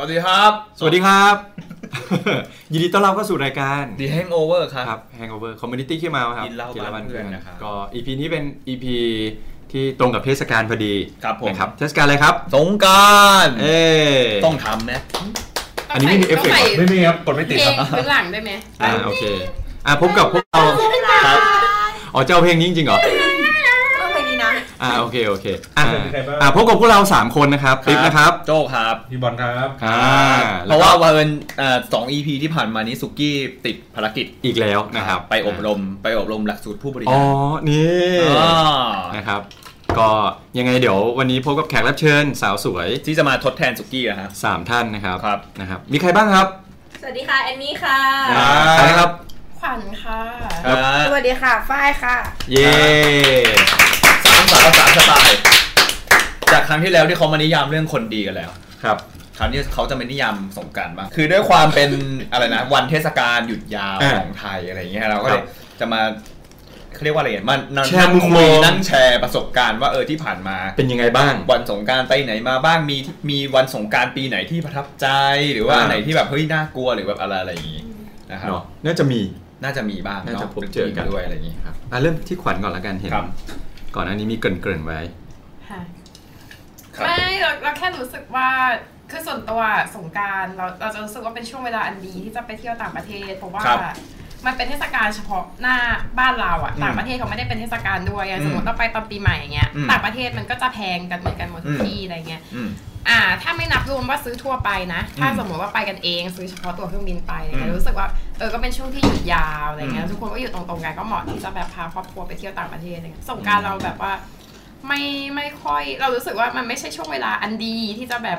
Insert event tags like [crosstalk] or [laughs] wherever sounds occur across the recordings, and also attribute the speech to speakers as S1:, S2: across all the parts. S1: วัสดีครับ
S2: สวัสดีครับ [laughs] ยินดีต้อนรับเข้าสู่รายการ
S1: The Hangover ครับ
S2: ครับ Hangover Community ขี้เมาครับ
S1: กินเหล้าบ้านเพื่อนนะครับ
S2: ก็ EP นี้เป็น EP ที่ตรงกับเทศกาลพอดี
S1: ครับผม
S2: นะครับเทศกาลอะไรครับ
S1: สงกราร
S2: เอ้
S1: ต้องทำไหม
S2: อันนี้ไม่มีเอฟเฟกต์เหรอ
S3: ไม่มีครับกดไม่
S4: เพ
S3: ติด
S4: ล
S3: ครั
S4: ง
S3: บ
S4: เป็นหลังได้ไหม
S2: อ่าโอเค อ่ะพบกับพวกเรา
S1: ครับ
S2: อ๋อเจ้าเพลงนี้จริงๆเหรอ
S5: ก็เพลงนี้นะ
S2: อ่าโอเคโอเคอ่ะ
S3: สวัสดีครับ
S2: อ่ะพบกับพวกเรา 3 คนนะครับปิ๊บนะครับ
S1: โจกครับ
S3: พี่บอลครับ
S2: อ่า
S1: เพราะว่าวันเอ่อสอง EP ที่ผ่านมานี้สุกี้ติดภารกิจ
S2: อีกแล้วนะครับ
S1: ไปอบรมไปอบรมหลักสูตรผู้บริ
S2: อ๋
S1: หา
S2: อ
S1: ร
S2: นี่
S1: อ่า
S2: นะครับ ก็ยังไงเดี๋ยววันนี้พบกับแขกรับเชิญสาวสวย
S1: ที่จะมาทดแทนสุกี้นะฮะ
S2: 3 ท่านนะครับ
S1: ครับ
S2: นะครับ มีใครบ้างครับ
S5: สวัสดีค่ะแอนนี่ค่ะ
S2: ใครครับ
S5: ขวัญค่ะ
S1: ครับ
S5: สวัสดีค่ะฝ้ายค่ะ
S2: เย่
S1: สามสาวสามสไตล์จากครั้งที่แล้วที่เขามานิยามเรื่องคนดีกันแล้ว
S2: ครับ
S1: คราวนี้เขาจะเป็นนิยามสงกรารบ้าง คือด้วยความเป็น อะไรนะ วันเทศกาลหยุดยาว
S2: อ่า
S1: ของไทยอะไรอย่างเงี้ยเราก็เล
S2: ครั
S1: ย
S2: บ
S1: จะมาเขาเรียกว่าอะไรอ่ะมันนั่ง
S2: แชร์มุมม
S1: คุ
S2: อยง
S1: นั่งแชร์ประสบการณ์ว่าเออที่ผ่านมา
S2: เป็นยังไงบ้าง
S1: วันสงกรารไปไหนมาบ้างมีมีวันสงกรารปีไหนที่ประทับใจหรือว่า
S2: อ่า
S1: ไหนที่แบบเฮ้ยน่ากลัวหรือแบบอะไรอะไรอย่างงี้นะครับ
S2: เนาะน่าจะมี
S1: น่าจะมีบ้างเนาะ
S2: น่าจะพบเจอกัน
S1: ป็ทีมด้วยอะไรอย่างงี้
S2: ครับอ่ะเริ่มที่ขวัญก่อนละกันเห็น
S1: ครับ
S2: ก่อนหน้านี้มีเกรินเกรินๆไว้
S1: ครับ
S4: ไม่เราเราแค่รู้สึกว่าคือส่วนตัวสงกรารเราเราจะรู้สึกว่าเป็นช่วงเวลาอันดีที่จะไปเที่ยวต่างประเทศเพราะว่า
S1: ครับ
S4: มันเป็นเทศกาลเฉพาะหน้าบ้านเราอะ
S1: อืม
S4: ต่างประเทศเขาไม่ได้เป็นเทศกาลด้วยอย่าง
S1: อืม
S4: สมมติเราไปตอนปีใหม่อย่างเงี้ย
S1: อืม
S4: ต่างประเทศมันก็จะแพงกันเหมือนกันหมดทุก
S1: อืม
S4: ที่อะไรเงี้ย
S1: อืม
S4: อ่า ถ้าไม่นับรวมว่าซื้อทั่วไปนะ ถ้า
S1: อืม
S4: สมมติว่าไปกันเองซื้อเฉพาะตัวเครื่องบินไปอะไรเงี้
S1: อื
S4: ย
S1: ม
S4: รู้สึกว่าเออก็เป็นช่วงที่หยุดยาวอะไรเงี้
S1: อื
S4: ย
S1: ม
S4: ทุกคนก็หยุดตรงๆกันก็เหมาะที่จะแบบพาครอบครัวไปเที่ยวต่างประเทศอะไรเงี้ยสงกรารเราแบบว่า ไม่ไม่ค่อยเรารู้สึกว่ามันไม่ใช่ช่วงเวลาอันดีที่จะแบบ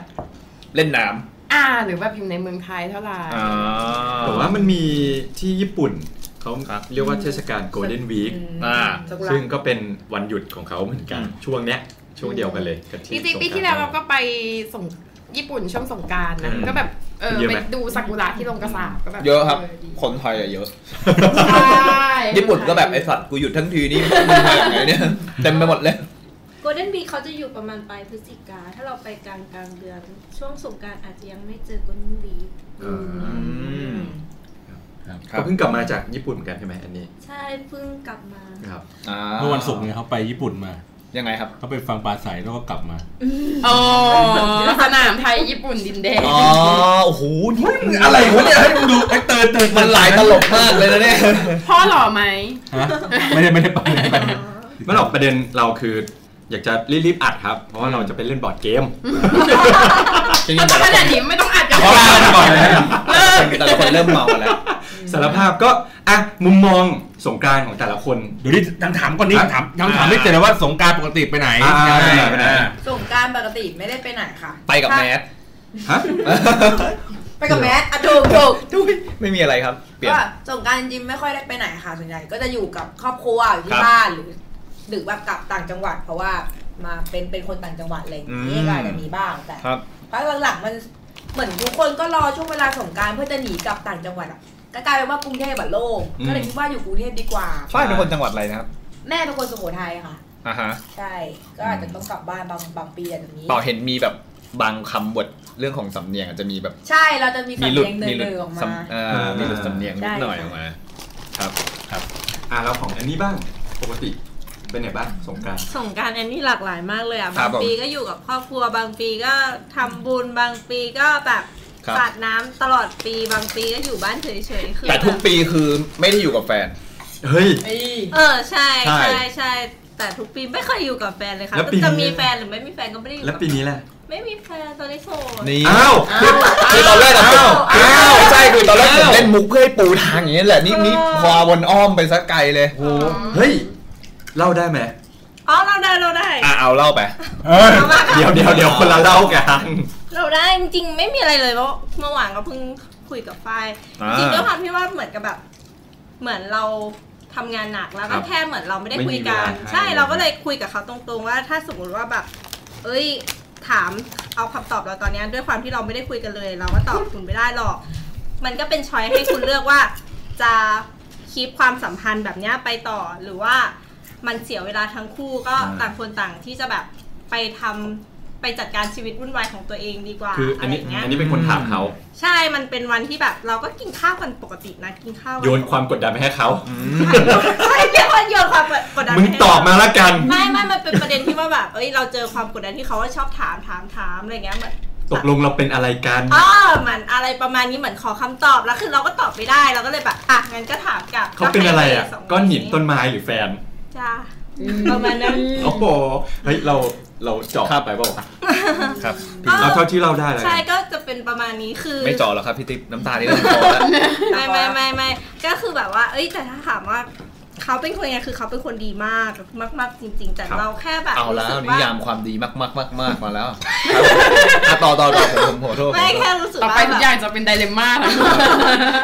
S1: เล่นน้
S4: อ่าหรือแบบอยู่ในเมืองไทยเท่าไหร่
S1: ำอ่า
S2: แต่ว่ามันมีที่ญี่ปุ่นเขา
S1: ครับ
S2: เรียกว่าเทศกาล Golden Week
S1: อ่า
S2: ซึ่งก็เป็นวันหยุดของเขาเหมือนกัน
S1: อืม
S2: ช่วงเนี้ยช่วงเดียวกันเลยกับ
S4: จริง
S2: ส
S4: ๆ
S2: ง
S4: ปีที่
S2: ก
S4: แล้
S2: น
S4: ว
S2: ต์
S4: เราก็ไปส่งญี่ปุ่นช่วงสงกรารนะ
S2: อืม
S4: ก็แบบเออ
S2: เยอะไห
S4: ไป
S2: ม
S4: ดูซากุระที่ลงกระสาบก็แบบ
S1: เยอะครับ คนไทยอะเยอะ
S4: ใช่
S1: ญี่ปุ่นก็แบบไอสัตว์กูหยุดทั้งทีนี่มึงมาอย่างไงเนี่ย [laughs] เต็มไปหมดเลย
S6: โกลเด้นบีเขาจะอยู่ประมาณปลายพฤศจิกา ถ้าเราไปกลางกลางเดือน ช่วงสงกรารอาจจะยังไม่เจอโกลเด้นบี
S2: อ่า
S1: ครั
S2: ก็
S1: บ
S2: เพิ่งกลับมาจากญี่ปุ่นเหมือนกันใช่ไหมอันนี้
S6: ใช่เพิ่งกลับมา
S2: ครับ
S1: า
S7: เมื่อวันศุกร์เนี่ยเขาไปญี่ปุ่นมา
S1: ยังไงครับ
S7: เขาไปฟังปลาใสแล้วก็กลับมา
S4: โอ้สนามไทยญี่ปุ่นดินแดง
S1: อ๋อโอ้โหนี่มันอะไรวะเนี่ยให้มึงดูไอ้เติร์นเติร์นมันหลายตลกมากเลยนะเนี่ย
S4: พ่อหล่อไหม
S7: ฮะ ไม่ได้ไม่ได้ไปไม่ได้ไป
S2: ไม่หรอกประเด็นเราคืออยากจะรีบๆอัดครับ เพราะว่าเราจะไปเล่นบอร์ดเกม
S1: จริง
S4: ถ้า
S1: ๆแต่ละ [laughs] ค
S4: ขนาด
S1: น
S4: นี้ไม่ต้องอัดกับ
S2: ขอลาไปก่อนเลยนะ
S1: แต่ละคนเริ่มเมาแล้ว
S2: สารภาพก็อ่ะมุมมองสงกรารของแต่ละคน
S7: เดี๋ยวนี้ยังถามก่อนนี้
S2: ฮะ
S7: ถามยังถามไม่เสร็จเลยว่าสงกรารปกติไปไหน
S2: อ่า
S7: ยังง
S2: ไปไหนไปไหน
S7: อ่า
S5: สงกรารปกติไม่ได้ไปไหนค่ะ
S1: [laughs] ไปกับแมส
S2: ฮะ
S5: ไปกับแมสอะถูกถูก
S1: ทุยไม่มีอะไรครับเปลี่ยน
S5: ก็สงกรารจริงๆไม่ค่อยได้ไปไหนค่ะส่วนใหญ่ก็จะอยู่กับครอบครัวอยู่
S1: ครั
S5: ที่
S1: บ
S5: บ้านหรือหรือแบบกลับต่างจังหวัด เพราะว่ามาเป็นเป็นคนต่างจังหวัดอะไรอย่าง
S1: อื
S5: นี้
S1: ม
S5: ก็อาจจะมีบ้างแต่
S1: ครับ
S5: พักหลังๆมันเหมือนทุกคนก็รอช่วงเวลาสงกรารเพื่อจะหนีกลับต่างจังหวัดอ่ะก็กลายเป็นว่ากรุงเทพแบบโล่งก็เลยคิดว่าอยู่กรุงเทพดีกว่า
S1: ฝ้ายเป็นคนจังหวัดอะไรนะครับ
S5: แม่เป็นคนสุโขทัยค่ะ
S1: อ่าฮะ
S5: ใช่ก็อาจจะต้องกลับบ้านบางบางปีแบบนี้
S1: เปล่าเห็นมีแบบบางคำบทเรื่องของสำเนียงอาจจะมีแบบ
S5: ใช่เราจะมี
S1: มี
S5: สำ
S1: หลุด
S5: เนียงเดิ
S1: มีหลุด
S5: นๆออกมา
S1: สำเอ่อมีหลุดสำเนียงนิดหน่อยออกมา ครับ ครับ
S2: อ่ะเราของอันนี้บ้างปกติเป็นไหนบ้างสงกราร
S6: สงกรารแอนนี่หลากหลายมากเลยอ่ะ
S1: ครับ
S6: า
S1: บผ
S6: ง
S1: ม
S6: ปีก็อยู่กับครอบครัวบางปีก็ทำบุญบางปีก็แบบ
S1: ครับ
S6: สาดน้ำตลอดปีบางปีก็อยู่บ้านเฉยๆคือ
S1: แต่ทุกปีคือไม่ได้อยู่กับแฟน
S2: เฮ้ย
S6: เออใช่
S1: ใช่
S6: ใช่ใช่แต่ทุกปีไม่เคยอยู่กับแฟนเลยค่ะ
S2: แล้วปีนี้
S6: จะมีแฟนหรือไม่มีแฟนก็ไม่ได้อยู่
S2: แล้ว
S6: กับ
S2: ปีนี้แหละ
S6: ไม่มีแฟนตอนนี้โสด
S1: นี่
S2: อ้าว
S1: คือตอนแรกอะผม
S2: อ้าว
S1: ไม่ใช่คือตอนแรกผมเล่นมุกเพื่อให้ปูทางอย่างนี้แหละ นี่นี่พอวนอ้อมไปซะไกลเลย
S2: โอ้โหเฮ้ยเล่าได้ไหม
S6: อ๋อเราได้เราได้
S1: อ่ะเอาเล่าไป
S7: เอ้ย
S6: เรามา
S2: เดี๋ยวเดี๋ยวเดี๋ยวคนละเล่ากัน
S6: เราได้จริงๆไม่มีอะไรเลยเพราะเมื่อวานก็เพิ่งคุยกับฝ้าย
S1: อ่า
S6: จริงๆด้วยความที่ว่าเหมือนกับแบบ เหมือนเราทำงานหนักแล้วก็แค่เหมือนเราไม่ได้คุยกัน
S2: ไม่มีเวลาให้
S6: ใช่เราก็เลยคุยกับเขาตรงๆว่าถ้าสมมติว่าแบบ เอ้ย ถามเอาคำตอบเราตอนเนี้ยด้วยความที่เราไม่ได้คุยกันเลย เราก็ตอบคุณไม่ได้หรอก มันก็เป็นช้อยให้คุณเลือกว่า จะคีปความสัมพันธ์แบบเนี้ยไปต่อหรือว่ามันเสียเวลาทั้งคู่ก็
S2: อ่า
S6: ต่างคนต่างที่จะแบบไปทำ ไปจัดการชีวิตวุ่นวายของตัวเองดีกว่า
S2: คืออั
S6: อะ
S2: น
S6: ไร
S2: นี้
S6: อย่างเงี้ย
S2: อันนี้เป็นคนถามเขา
S6: ใช่มันเป็นวันที่แบบเราก็กินข้าวกันปกตินะกินข้าวกั
S2: โยนความกดดันไปให้เขา
S6: ใช่เรียกว่าโยนความกดดัน
S2: มึง
S6: ไปให้
S2: ตอบ
S6: เข
S2: มาละกัน
S6: ไม่ไม่มันเป็นประเด็นที่ว่าแบบเอ้ย เราเจอความกดดันที่เขาว่าชอบถามถามถามอะไรเงี้ยเหมือน
S2: ตกลงเราเป็นอะไรกัน
S6: อ้อมันอะไรประมาณนี้เหมือนขอคำตอบแล้วคือเราก็ตอบไม่ได้เราก็เลยแบบอ่ะงั้นก็ถามกลับ
S2: เขาเป็นอะไรอ่ะ
S6: ให้สงค
S2: ก้อนหินต้นไม้หรือแฟน
S6: จ้าประมาณนั้น
S2: โอ้โหเฮ้ยเราเราเจาะไปเปล่าวะ
S1: ครับ
S6: เออ
S2: เอาเท่าที่เราได้แล้ว
S6: ใช่
S2: กัน
S6: ก็จะเป็นประมาณนี้คือ
S1: ไม่จ่อหรอกครับพี่ติ๊บน้ำตานี่เริ่
S2: [laughs]
S1: มคลอแล้ว
S6: ไม่ไม่ไม่ไม่ก็คือแบบว่า เอ้ย แต่ถ้าถามว่าเขาเป็นคนยังไงคือเขาเป็นคนดีมากมาก ๆ จริง ๆ แต่
S2: ครับ
S6: เราแค่แบบ
S1: เอาแล้ว
S6: รู้สึก
S1: นิยามความดีมากมากมากมากมาแล้วค
S2: [laughs]
S1: รับอ่ะต่อต่อต่อผมผมขอโทษผม
S6: ไม่
S1: ขอโทษ
S6: แค่รู้สึก
S4: ต่อ
S6: ว่า
S4: ไปทุกอ
S6: แบบ
S4: ย่างจะเป็นไดเลมม่าทั้งหมด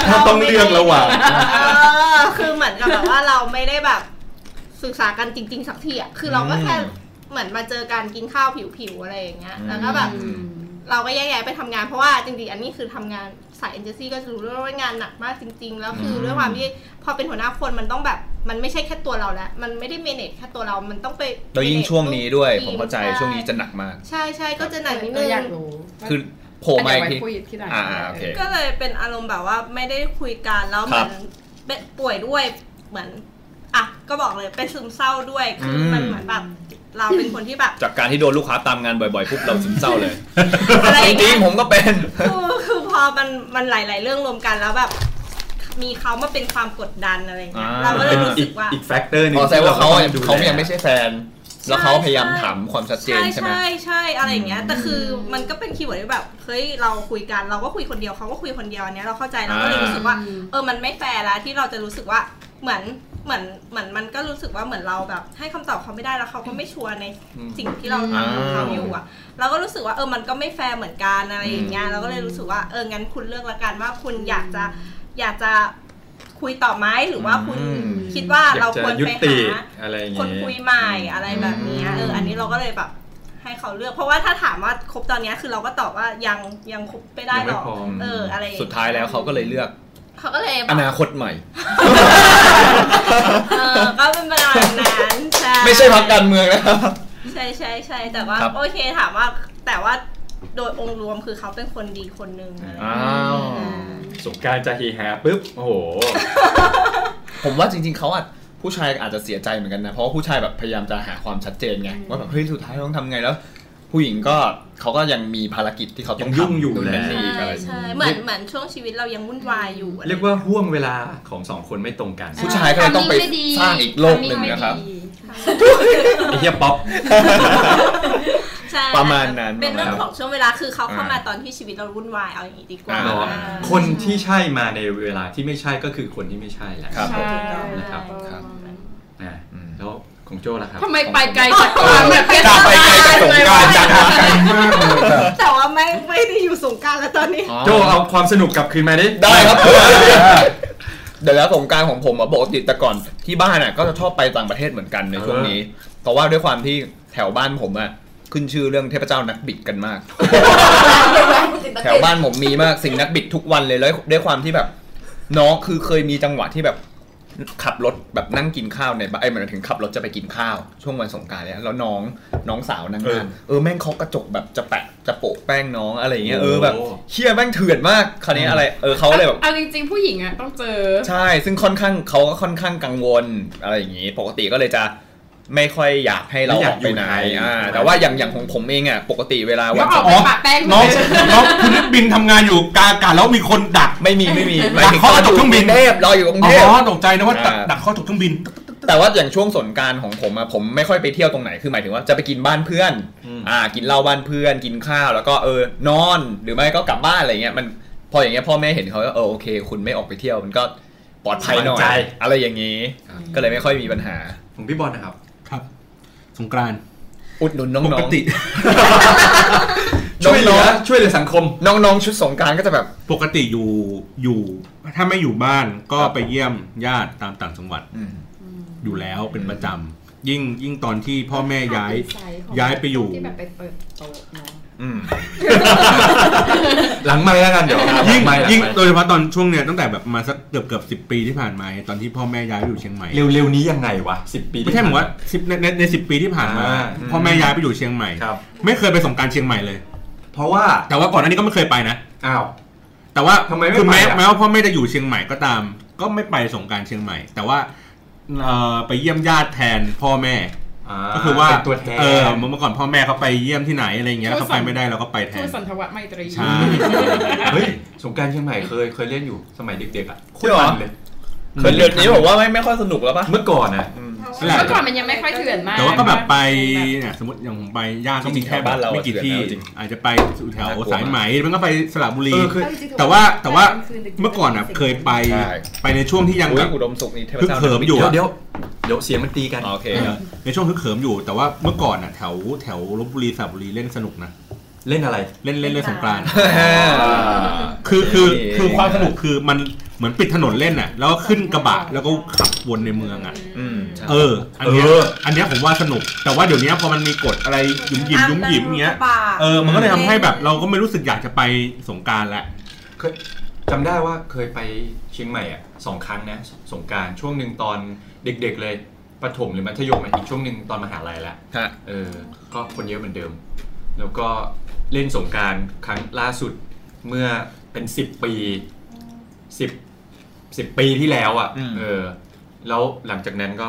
S2: ถ้าต้องเลือกระหว่าง
S6: เออคือเหมือนกับแบบว่าเราไม่ได้แบบศึกษากันจริง ๆ สักทีอ่ะ คือเราก็แค่
S1: อืม
S6: เหมือนมาเจอกันกินข้าวผิวๆอะไรอย่างเงี้ย
S1: อืม
S6: แล้วก็แบบเราก็แยกย้ายไปทำงานเพราะว่าจริงๆ อันนี้คือทำงานสายเอเจนซี่ก็จะรู้ด้วยว่างานหนักมากจริง ๆ แล้วคือด้วยความที่พอเป็นหัวหน้าคนมันต้องแบบมันไม่ใช่แค่ตัวเราแล้ว มันไม่ได้เมเนจแค่ตัวเรา มันต้องไป
S1: แล้วยิ่งช่วงนี้ด้วย
S6: manage
S1: ผมเข้าใจ
S6: ที
S1: ช่วงนี้จะหนักมาก
S6: ใช่ใช่ก็จะหนักนิดนึ
S4: เอง ออยากรู้
S1: คือโผล่มาอีกที
S4: เดี๋ยวไว้คุยที่หลัง
S1: อ่าโอเค
S6: ก็เลยเป็นอารมณ์แบบว่าไม่ได้คุยกันแล้วเหมือนเป็นป่วยด้วยเหมือนอ่ะก็บอกเลยเป็นซึมเศร้าด้วยคืออ
S1: ม
S6: มันเหมือนแบบเราเป็นคนที่แบบ
S1: จากการที่โดนลูกค้าตามงานบ่อยๆปุ๊บเราซึมเศร้าเลย
S6: อะไรอ
S1: จ
S6: ย่างเงี้
S1: ริ
S6: ย
S1: งๆผมก็เป็น
S6: คือคือพอมันมันหลาย ๆ เรื่องรวมกันแล้วแบบ มีเขามาเป็นความกดดันอะไรอย่างเงี้ย
S1: อ่า
S6: เราก็เลยรู้
S2: อี
S6: สึ
S2: ก
S6: กว่า
S2: อีกแฟกเตอร์หนึง
S1: อ๋อแสดงว่าเขา
S2: ที่รต้องดู
S1: เขา
S2: แล
S1: ยังไม่ใช่แฟน แล้วเขาพยายามถามความชัดเจนใช่ไหม
S6: ใช่ใช่อะไรอย่างเงี้ยแต่คือมันก็เป็นคีย์เวิร์ดที่แบบเฮ้ยเราคุยกันเราก็คุยคนเดียวเขาก็คุยคนเดียวอันเนี้ยเราเข้าใจเราก็เลย
S1: อ่า
S6: รู้สึกว่าเออมันไม่แฟร์ละที่เราจะรู้สึกว่าเหมือนเหมือนเหมือนมันก็รู้สึกว่าเหมือนเราแบบ ให้คำตอบเขาไม่ได้แล้วเขาก็ไม่ชัวร์ในสิ่งที่เราทำของเขาอยู่อ่ะ เราก็รู้สึกว่าเออมันก็ไม่แฟร์เหมือนกันอะไรอย่างเงี้ยเราก็เลยรู้สึกว่าเอองั้นคุณเลือกละกันว่าคุณอยากจะอยากจะคุยต่อไหมหรือว่าคุณ
S1: อืม
S6: คิดว่า
S2: อย
S6: เรา
S2: กจะ
S6: ควร
S2: ยุ
S6: ไป
S2: ติ
S6: หา
S2: อะไรอย่าง
S6: คน
S2: เงี้ย
S6: คุยใหม่อะไรแบบเนี้ย
S1: อืม
S6: เอออันนี้เราก็เลยแบบให้เขาเลือก เพราะว่าถ้าถามว่าคบตอนเนี้ยคือเราก็ตอบว่ายังยังคบไม่ได้หรอก
S2: ยังไม่พร้อม
S6: เอออะไรองเงี้
S1: สุดท้ายแล้วเขาก็เลยเลือก
S6: เขาก็เลยแบ
S1: อบ นาคตใหม่
S6: เออ [laughs] ก็เป็นประมาณนั้นใช่
S1: ไม่ใช่พักการเมืองนะครับ
S6: ใช่ใช่ใช่แต่ว่า
S1: ครับ
S6: โอเคถามว่าแต่ว่าโดยองค์รวมคือเขาเป็นคนดีคนหนึ่งอะไรอย่างเงี้ย
S1: อ้าว
S2: สงกรารจะเฮีฮาปุ๊บ โอ้โห
S1: ผมว่าจริง ๆเขาอาจผู้ชายอาจจะเสียใจเหมือนกันนะ เพราะว่าผู้ชายแบบพยายามจะหาความชัดเจนไง
S4: อืม
S1: ว่าแบบเฮ้ยสุดท้ายเราต้องทำไงแล้ว ผู้หญิงก็เขาก็ยังมีภารกิจที่เขาต้อ
S2: ยัง งยุ่งอยู่
S1: ทำ
S2: แหละ
S1: นู่นนี่
S6: ใช่
S1: อะไร
S6: ใช่เหมือนเหมือนช่วงชีวิตเรายังวุ่นวายอยู่อะไร
S2: เรียกว่าห่วงเวลาของสองคนไม่ตรงกัน
S1: ผู้ชายก็เลยต้องไปสร้างอีกโลกหนึ่งนะครับ
S2: ไอ้เฮียป๊อป
S6: ใช่
S1: ประมาณนั้น
S6: เป็นเรื่อง
S1: ประมาณนั้น
S6: ของช่วงเวลาคือเขาเข้า
S1: อ่าม
S6: มาตอนที่ชีวิตเราวุ่นวายเอาอย่างนี้ดีกว่า
S1: อ่
S2: เนาะ
S6: อ่า
S2: คนที่ใช่มาในเวลาที่ไม่ใช่ก็คือคนที่ไม่ใช่แหละ
S1: ครับผม
S2: นะครับ นะ
S1: อืม
S2: แล้วของโจล่ะครับ
S4: ทำไมไปไกลจากความแบบเทศ
S1: กลับไป
S4: บา
S1: ไกลจากสงกรารจังนะ
S6: แต่ว่าไม่ไม่ได้อยู่สงกรารแล้วตอนนี้
S1: อ๋อ
S2: โจเอาความสนุกกลับคืนมาดิ
S1: ได้ครับ [laughs] เดี๋ยวแล้วสงกรารของผมอะปกติแต่ก่อนที่บ้านอะก็จะชอบไปต่างประเทศเหมือนกันในช่วงนี้ เพราะว่าด้วยความที่แถวบ้านผมอะขึ้นชื่อเรื่องเทพเจ้านักบิดกันมาก แถวบ้านผมมีมากสิ่งนักบิดทุกวันเลยแล้วด้วยความที่แบบ น้องคือเคยมีจังหวะที่แบบขับรถแบบนั่งกินข้าวในบ้านไอ้ยหมันถึงขับรถจะไปกินข้าว ช่วงวันสงกรารแล้วแล้วน้องน้องสาวนั่งนั่งเออแม่งเขาะกระจกแบบจะแปะจะโปะแป้งน้องอะไรอย่างเงี้ยเออแบบเชี่ยแม่งเถื่อนมากคราวนี้อะไรเออเขาเลยแบบ
S4: เอาจริงๆ ผู้หญิงอ่ะต้องเจอ
S1: ใช่ ซึ่งค่อนข้างเขาก็ค่อนข้างกังวลอะไรอย่างนี้ ปกติก็เลยจะไม่ค่อยอยากให้เราออกไปไหนอ่าแต่ว่าอย่างอย่างของผมเองอ่ะ ปกติเวลา
S4: ก็
S1: วัน
S4: ออกไปปะแป้ง
S7: น้อง
S4: เฉย
S7: น้องคุณนักบินทำงานอยู่กลางอากาศแล้วมีคนดัก
S1: ไม่มีไม่มี
S7: อยาก
S1: หมายถึง
S7: เข้ามาจากเครื่องบิน
S1: เทพรออยู่กรุง
S7: อ๋
S1: เทพ
S7: อตกใจนะว่าดัก
S1: อ่า
S7: ดักเข้อถูกเครื่องบิน
S1: แต่ว่าอย่างช่วงสงกรารของผมอะผมไม่ค่อยไปเที่ยวตรงไหนคือหมายถึงว่าจะไปกินบ้านเพื่อน
S2: อืม
S1: อ่า กินเหล้าบ้านเพื่อนกินข้าวแล้วก็เออนอนหรือไม่ก็กลับบ้านอะไรเงี้ยมันพออย่างเงี้ยพ่อแม่เห็นเขาก็เออโอเค คุณไม่ออกไปเที่ยวมันก็ปลอดภัยหน่อ
S2: สบายใจ
S1: ยอะไรอย่างนี้ ก็เลยไม่ค่อยมีปัญหา
S2: ของพี่บอลนะครับ
S7: ครับ สงกรานต์
S1: อุดหนุนน้อง
S7: ป
S1: ๆ
S7: กติ
S2: ช่วยเหลือ
S1: น้อง
S2: ช่วยเหลือสังคม
S1: น้องๆ ชุดสงกรารก็จะแบบ
S7: ปกติอยู่อยู่ ถ้าไม่อยู่บ้านก็
S1: ครับ
S7: ไปเยี่ยมญาติตามต่างจังหวัด
S1: อืม
S7: อยู่แล้วเป็นประจำ ยิ่งยิ่งตอนที่พ่อแม่ย้าย
S5: ดีไซน์ของ
S7: ย้ายไปอยู่
S4: ที่แบบไปเปิดโต๊ะเนาะ
S1: อืม
S2: หลังไม่แล้วกันเดี๋ยว
S7: ยิ่ง
S2: หลัไมค์หลัไมค์
S7: ยิ่งโดยเฉพาะตอนช่วงเนี้ยตั้งแต่แบบมาสักเกือบเกือบสิบปีที่ผ่านมาตอนที่พ่อแม่ย้ายไปอยู่เชียงใหม่
S2: เร็วๆนี้ยังไงวะสิบปี
S7: ไม่ใช่หมายว่าสิบในในในสิบปีที่ผ่านมา
S2: อ่า
S7: พ่อแม่ย้ายไปอยู่เชียงใหม่
S2: ครับ
S7: ไม่เคยไปสงกรารเชียงใหม่เลย
S2: เพราะว่า
S7: แต่ว่าก่อนหน้านี้ก็ไม่เคยไปนะ
S2: อ้าว
S7: แต่ว่า
S2: ทำไมไม่
S7: คือแม้
S2: ไปอ่ะ
S7: แม้ว่าพ่อแม่จะอยู่เชียงใหม่ก็ตาม ก็ไม่ไปสงกรารเชียงใหม่ แต่ว่าเอ่อไปเยี่ยมญาติแทนพ่อแม่ ก็คือว่า
S2: เป็นตัวแทน
S7: เออเมื่อก่อนพ่อแม่เขาไปเยี่ยมที่ไหนอะไรอย่างเงี้ย
S4: ทูต
S7: เขาไป
S4: สัน
S7: ไม่ได้เราก็ไปแท
S4: ทูต
S7: น
S4: สันทวะไมตรี
S7: ใช่
S2: เฮ้ยสงกรารเชียงใหม่เคยเคยเล่นอยู่สมัยเด็กๆอ่ะ
S1: จริงเหรอ
S2: มันเลย
S1: เคยเรียนนี้บอกว่าไม่ไม่ค่อยสนุกแล้วปะ
S2: เมื่อก่อนนะ
S1: อืม
S7: นั่นแหละ
S4: เมื่อก่อนมันยังไม่ค่อยเถื่อนมาก
S7: แต่ว่าก็แบบไปเนี่ยสมมติอย่างผมไปญาติก็มีแค่แบบ
S1: บ้านเราอะ
S7: ไม่กี่ที่
S1: จริง
S7: อาจจะไปสู่แถวสายไหมมันก็ไปสระบุรี
S2: เออคือ
S7: แต่ว่าแต่ว่าเมื่อก่อนอ่ะเคยไป
S1: ใช่
S7: ไปในช่วงที่ยัง
S1: อุ๊
S7: แบ
S1: ย
S7: บ
S1: อุดมสุขนี่เทพ
S7: ฮึก
S1: เจ้า
S7: เหิมอยู่
S2: เดี๋ยวเดี๋ยวเดี๋ยวเสียงมันตีกัน
S1: อ๋อโอเค
S7: เออในช่วงฮึกเขิมอยู่ แต่ว่าเมื่อก่อนอ่ะแถวแถวลบบุรีสระบุรีเล่นสนุกนะ
S2: เล่นอะไร
S7: เล่นเล่นเล่นสงกรานต์
S2: อ่า
S7: คือคือ
S1: เออ
S7: คือความสนุกคือมันเหมือนปิดถนนเล่นอ่ะ แล้วก็ขึ้นกระบะแล้วก็ขับวนในเมืองอ่ะ
S1: อืมใช่
S7: เออ อันเนี้ย
S2: เออ
S7: อันเนี้ยผมว่าสนุก แต่ว่าเดี๋ยวเนี้ยพอมันมีกฎอะไรหยุ่มหยิมหยุ่มหยิมเงี้ย
S5: ปาก
S7: เออ มันก็เลยทำให้แบบเราก็ไม่รู้สึกอยากจะไปสงกรารละ
S2: เคยจำได้ว่าเคยไปเชียงใหม่อ่ะสองครั้งนะ สงกรารช่วงหนึ่งตอนเด็กๆเลยประถมหรือมัธยมอะอีกช่วงหนึ่งตอนมหาลัยละ
S1: ฮะ
S2: เออ ก็คนเยอะเหมือนเดิม แล้วก็เล่นสงกรารครั้งล่าสุดเมื่อเป็นสิบปีสิบสิบปีที่แล้วอ่ะ
S1: อืม
S2: เออ แล้วหลังจากนั้นก็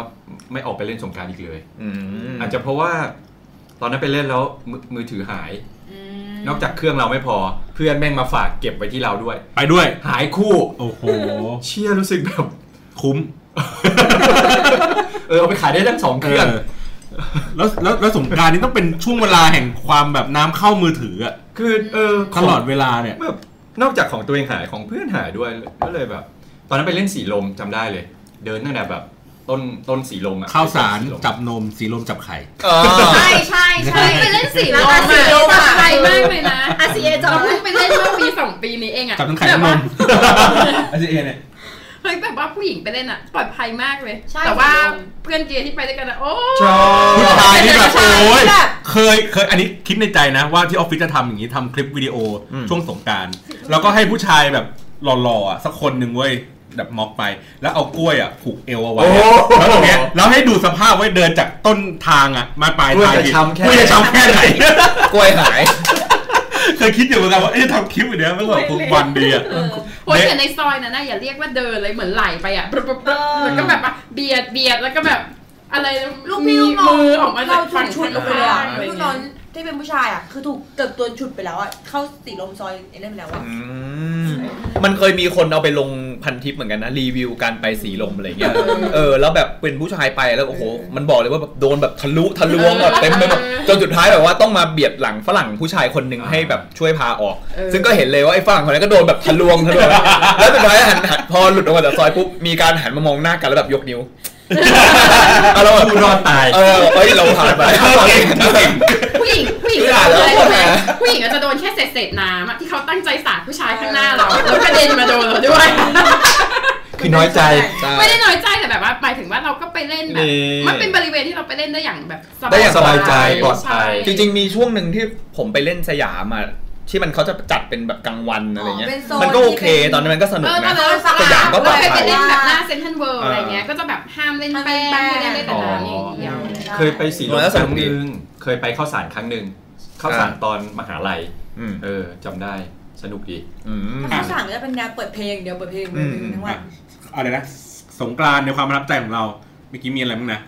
S2: ไม่ออกไปเล่นสงกรารอีกเลย
S1: อืม
S2: อาจจะเพราะว่าตอนนั้นไปเล่นแล้วมือมือถือหาย นอกจากเครื่องเราไม่พอ เพื่อนแม่งมาฝากเก็บไว้ที่เราด้วย
S7: ไปด้วย
S2: หายคู่
S7: โอ้โห
S2: เชี่ยรู้สึกแบบ
S7: คุ้ม
S2: เออเอาไปขายได้ทั้งสองเครื่อง
S7: เออแล้วแล้วแล้วสงกรารนี่ต้องเป็นช่วงเวลาแห่งความแบบน้ำเข้ามือถืออะ
S2: คือเออ
S7: ตลอดเวลาเนี่ย
S2: แบบนอกจากของตัวเองหายของเพื่อนหายด้วยก็เลยแบบ ตอนนั้นไปเล่นสีลมจำได้เลย เดินตั้งแต่แบบ ต้นต้นสีลมอะ
S7: ข้าวสาร
S2: สีลม
S7: จับนมสีลมจับไข่
S1: เออ
S6: ใช่ใช่ใช่
S4: ไปเล่นสี
S6: แล้
S4: ลม
S6: ว
S4: อะ
S6: อาซีโอ
S4: ปลอ
S6: ค่ะ
S4: ดภัยมากเลยนะ
S6: อาซีเอจอ
S4: เรา
S6: ม
S4: เพิ่งไปเล่นเมื่อปีสองปีนี้เองอะ
S7: จับทั้งไข่
S4: แบ
S7: ทั้ง
S4: บ
S7: น
S4: ว่าม
S7: ไอซีเอเนี่ย
S4: เฮ้ยแบบว่าผู้หญิงไปเล่นอะปลอดภัยมากเลย
S5: ใช่
S4: แต่ว่า
S5: สีลม
S4: เพื่อนเกย์ที่ไปด้วยกันอะโอ้
S2: ชอบ
S7: ผู้ชายนี่แบบ
S5: ผู้ชายนี่
S7: โอ้ย
S5: แบบ
S7: เคยเคยอันนี้คิดในใจนะว่าที่ออฟฟิศจะทำอย่างนี้ทำคลิปวิดีโออ
S1: ม
S7: ช่วงสงกราร แล้วก็ให้ผู้ชายแบบหล่อๆอ่ะสักคนหนึ่งเว้ยแบบม็อบไป แล้วเอากล้วยอ่ะผูกเอวเอาไว้
S2: โอ้โห
S7: แล้วตรงเนี้ยแล้วให้ดูสภาพไว้เดินจากต้นทางอ่ะมาปลายทาง
S2: กล้วยจะช้ำแค่
S7: กล้วยจะช้ำแค่ไหน
S1: กล้วยหาย
S7: [laughs] เคยคิดอยู่เหมือนกันว่าเอ๊ะจะทำคลิปอย่างเนี้ยไม่หวังทุกวันดีอ่ะ
S4: โอ้ยแต่ในซอยนั้นนะอย่าเรียกว่าเดินเลยเหมือนไหลไปอะปรึ๊บปรึ๊บปรึ๊บแล้วก็แบบว่าเบียดเบียดแล้วก็แบบ อะไร
S5: ลูกพี่ลูกน้อง
S4: มือออกมาจา
S5: เรา
S4: ก
S5: ถู
S4: ฝั่
S5: ก
S4: ง
S5: ชุดเลยอะ
S4: ข้างๆะไร
S5: ลูก
S4: เงี้ย
S5: น้องที่เป็นผู้ชายอะคือถูกเกือบโดนฉุดไปแล้วอะเข้าสีลมซอยไอ้นั่นไปแล้วอะ
S1: อืมมันเคยมีคนเอาไปลงพันทิปเหมือนกันนะ รีวิวการไปสีลมอะไรเงี้ยเออแล้วแบบเป็นผู้ชายไปแล้วโอ้โห มันบอกเลยว่าแบบโดนแบบทะลุทะลวงแบบเต็มไปหมดจนสุดท้ายแบบว่าต้องมาเบียดหลังฝรั่งผู้ชายคนหนึ่งให้แบบช่วยพาออก
S4: เออ
S1: ซึ่งก็เห็นเลยว่าไอ้ฝรั่งคนนั้นก็โดนแบบทะลวงทะลวงแล้วสุดท้ายหันหันพอหลุดออกมาจากซอยปุ๊บมีการหันมามองหน้ากันแล้วแบบยกนิ้วเอาเราแบบ
S2: ผู้รอดตาย
S1: เออเอ้ยเราผ่านไป
S4: ผู้หญิงผู้หญิง
S1: ไม่ได้แล้ว
S4: จะโดน
S1: คน
S4: อะไร
S1: ไหน
S4: ผู้หญิงอาจจะโดนแค่เศษเศษๆน้ำอะที่เขาตั้งใจสาดผู้ชายข้างหน้าเราแล้วกระเด็นมาโดนเราด้วย
S2: คือน้อยใจ
S1: ใช่
S4: ไม่ได้น้อยใจแต่แบบว่าหมายถึงว่าเราก็ไปเล่นแบบ
S2: นี่
S4: มันเป็นบริเวณที่เราไปเล่นได้อย่างแบบ
S1: ได้อย่าง
S2: สบายใจปลอดภัย
S1: จริงๆ มีช่วงหนึ่งที่ผมไปเล่นสยามอ่ะที่มันเขาจะจัดเป็นแบบกลางวันอะไรเงี้ย
S5: เป็นโซ
S1: มันก็โอเค ตอนนั้นมันก็สนุ
S4: เอกอตอ
S1: นะ
S4: นนั้นเรา
S1: สยามก็ปลอดภัย
S4: เคยไปเล่นแบบหน้าเซ็นทรัลเวิลด์อะไรเงี้ยก็จะแบบห้ามเล่นแป้งไม่ได้เล่นแต่น้ำอย่างเดียว
S2: เคยไปสีลมครั้งหนึ่งเคยไปข้าวสารครั้งหนึ่งข้าวสารตอนมหาลัย
S1: อืม
S2: เออจำได้สนุกดี
S1: อืม
S5: ถ้าสั่งก็จะเป็นแนวเปิดเพลงเดียวเปิดเพลงเปิดเพลงทั้งวัน
S7: อะไรนะสงกรานต์ในความประทับใจของเราเมื่อกี้มีอะไรบ้างนะ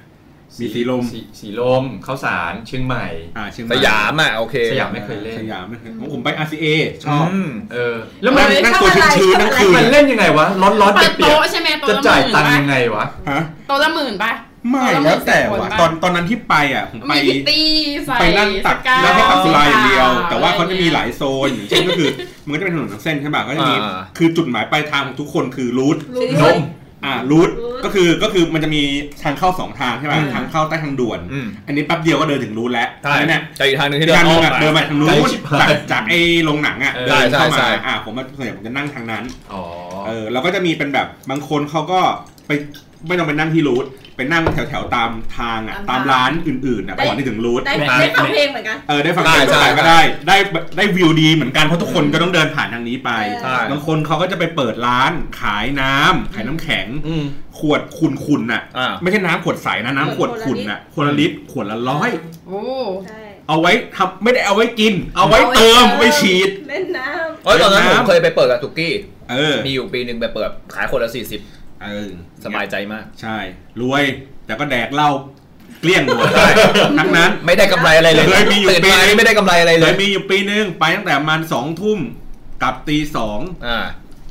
S7: มีสีลม
S2: สีลมข้าวสารเชียงใหม่
S7: อ่าเชียงให
S1: สยามอ่ะโอเค
S2: สยามไม่เคยเล่น
S7: สยามไม่เคยของผมไป RCA ชอบ
S1: อืม
S2: เออ แล้วมัน
S7: นั่งนั่งตัวชื้นๆนั่งคืน
S2: มันเล่นยังไงวะ ร้อนร้อนๆ
S4: เปิด
S2: เปียก
S4: โต๊ะใช่ไหม
S2: ๆ
S4: โต๊ะ
S2: จะ
S4: ละห
S2: จ่าย
S4: มื่น
S2: ตังค์
S4: ป่ะ
S2: ยังไงวะ
S7: ฮะ
S4: โต๊ะละหมื่นป่ะ
S7: ไม่แล้วแต่ว่ะตอนตอนนั้นที่ไปอ่ะผมไป
S4: มีพิตตี้ใส่
S7: ไปนั่งตัก
S4: สกาว
S7: แล้วให้ตักสุราอย่างเดียว แต่ว่าเขาจะมีหลาย
S4: อ
S7: โซนอย่างเช่นก็คือ มันก็จะเป็นถนนทั้งเส้นใช่ป่ะก็จะมี
S1: อ่า
S7: คือจุดหมายปลายทางของทุกคนคือรูท
S5: รู้
S2: นม
S7: อ่ารูทก็คือก็คือมันจะมีทางเข้าสองทางใช่ป่ะทางเข้าใต้ทางด่วน
S1: อืม
S7: อันนี้แป๊บเดียวก็เดินถึงรูทแล้ว
S1: ใช่
S7: อันนั้นเนี่ย
S1: แต่อีกทางหนึ่งที่
S7: ที่
S1: เดิน
S7: ทาง
S1: อ้อ
S7: นึ
S1: ง ม
S7: อะ
S1: ไป
S7: เดินมาทางนู้
S2: ไกล
S7: น
S2: ชิบหาย
S7: จากจากไอ้โรงหนังอ่ะ
S1: ใช่
S7: เดินเข้า
S1: ใช่
S7: มา
S1: ใช่
S7: อ่าผมว่าส่วนใหญ่ผมจะนั่งทางนั้น
S2: อ๋อ
S7: เออเราก็จะมีเป็นแบบบางคนเขาก็ไป ไม่ต้องไปนั่งที่รูทไปนั่งแถวแถวๆตามทางอ่ะตา
S6: ตาม ม
S7: ร้า
S6: ร้าน น
S7: อื่นๆอ่ะก่อนที่ถึงรูท
S6: ได้ได้ฟังเพลงเหมือนกัน
S7: เออได้ฟังเพลง
S1: ใช่
S7: ต่าง
S1: ใช่
S7: ก็ได้ ได้ได้วิวดีเหมือนกันเพราะทุกคนก็ต้องเดินผ่านทางนี้ไป
S1: ใช่
S7: บางคนเขาก็จะไปเปิดร้านขายน้ำขายน้ำแข็ง
S1: อืม
S7: ขวดขุนๆน่ะ
S1: อ่า
S7: ไม่ใช่น้ำขวดใสนะน้ำขวดขุนน่ะขวดละลิตรขวดละร้อย
S4: โอ้
S6: ใช่
S7: เอาไว้ทำไม่ได้เอาไว้กิน เอาไว้เติม
S6: เอาไว้
S7: ไว้
S6: เติม
S7: ฉีด
S6: เล่นน้
S1: เอ้ยตอนนั้นผม
S7: น้ำ
S1: เคยไปเปิดกับตุกกี้
S7: เออ
S1: มีอยู่ปีหนึ่งไปเปิดขายคนละสี่สิบ
S7: เออ
S1: สบายใจมาก
S7: ใช่ รวย แต่ก็แดกเหล้าเกลี้ยงหมด [laughs] ได้ทั้งนั้น
S1: ไม่ได้กำไรอะไรเลย
S7: เคยมีอยู่
S1: ตื่น
S7: ปี
S1: มา
S7: นึง
S1: นี่ไม่ได้กำไรอะไร
S7: เค
S1: เลย
S7: ยมีอยู่ปีนึงไปตั้งแต่ประมันสองทุ่มกลับตีสอง
S1: อ่า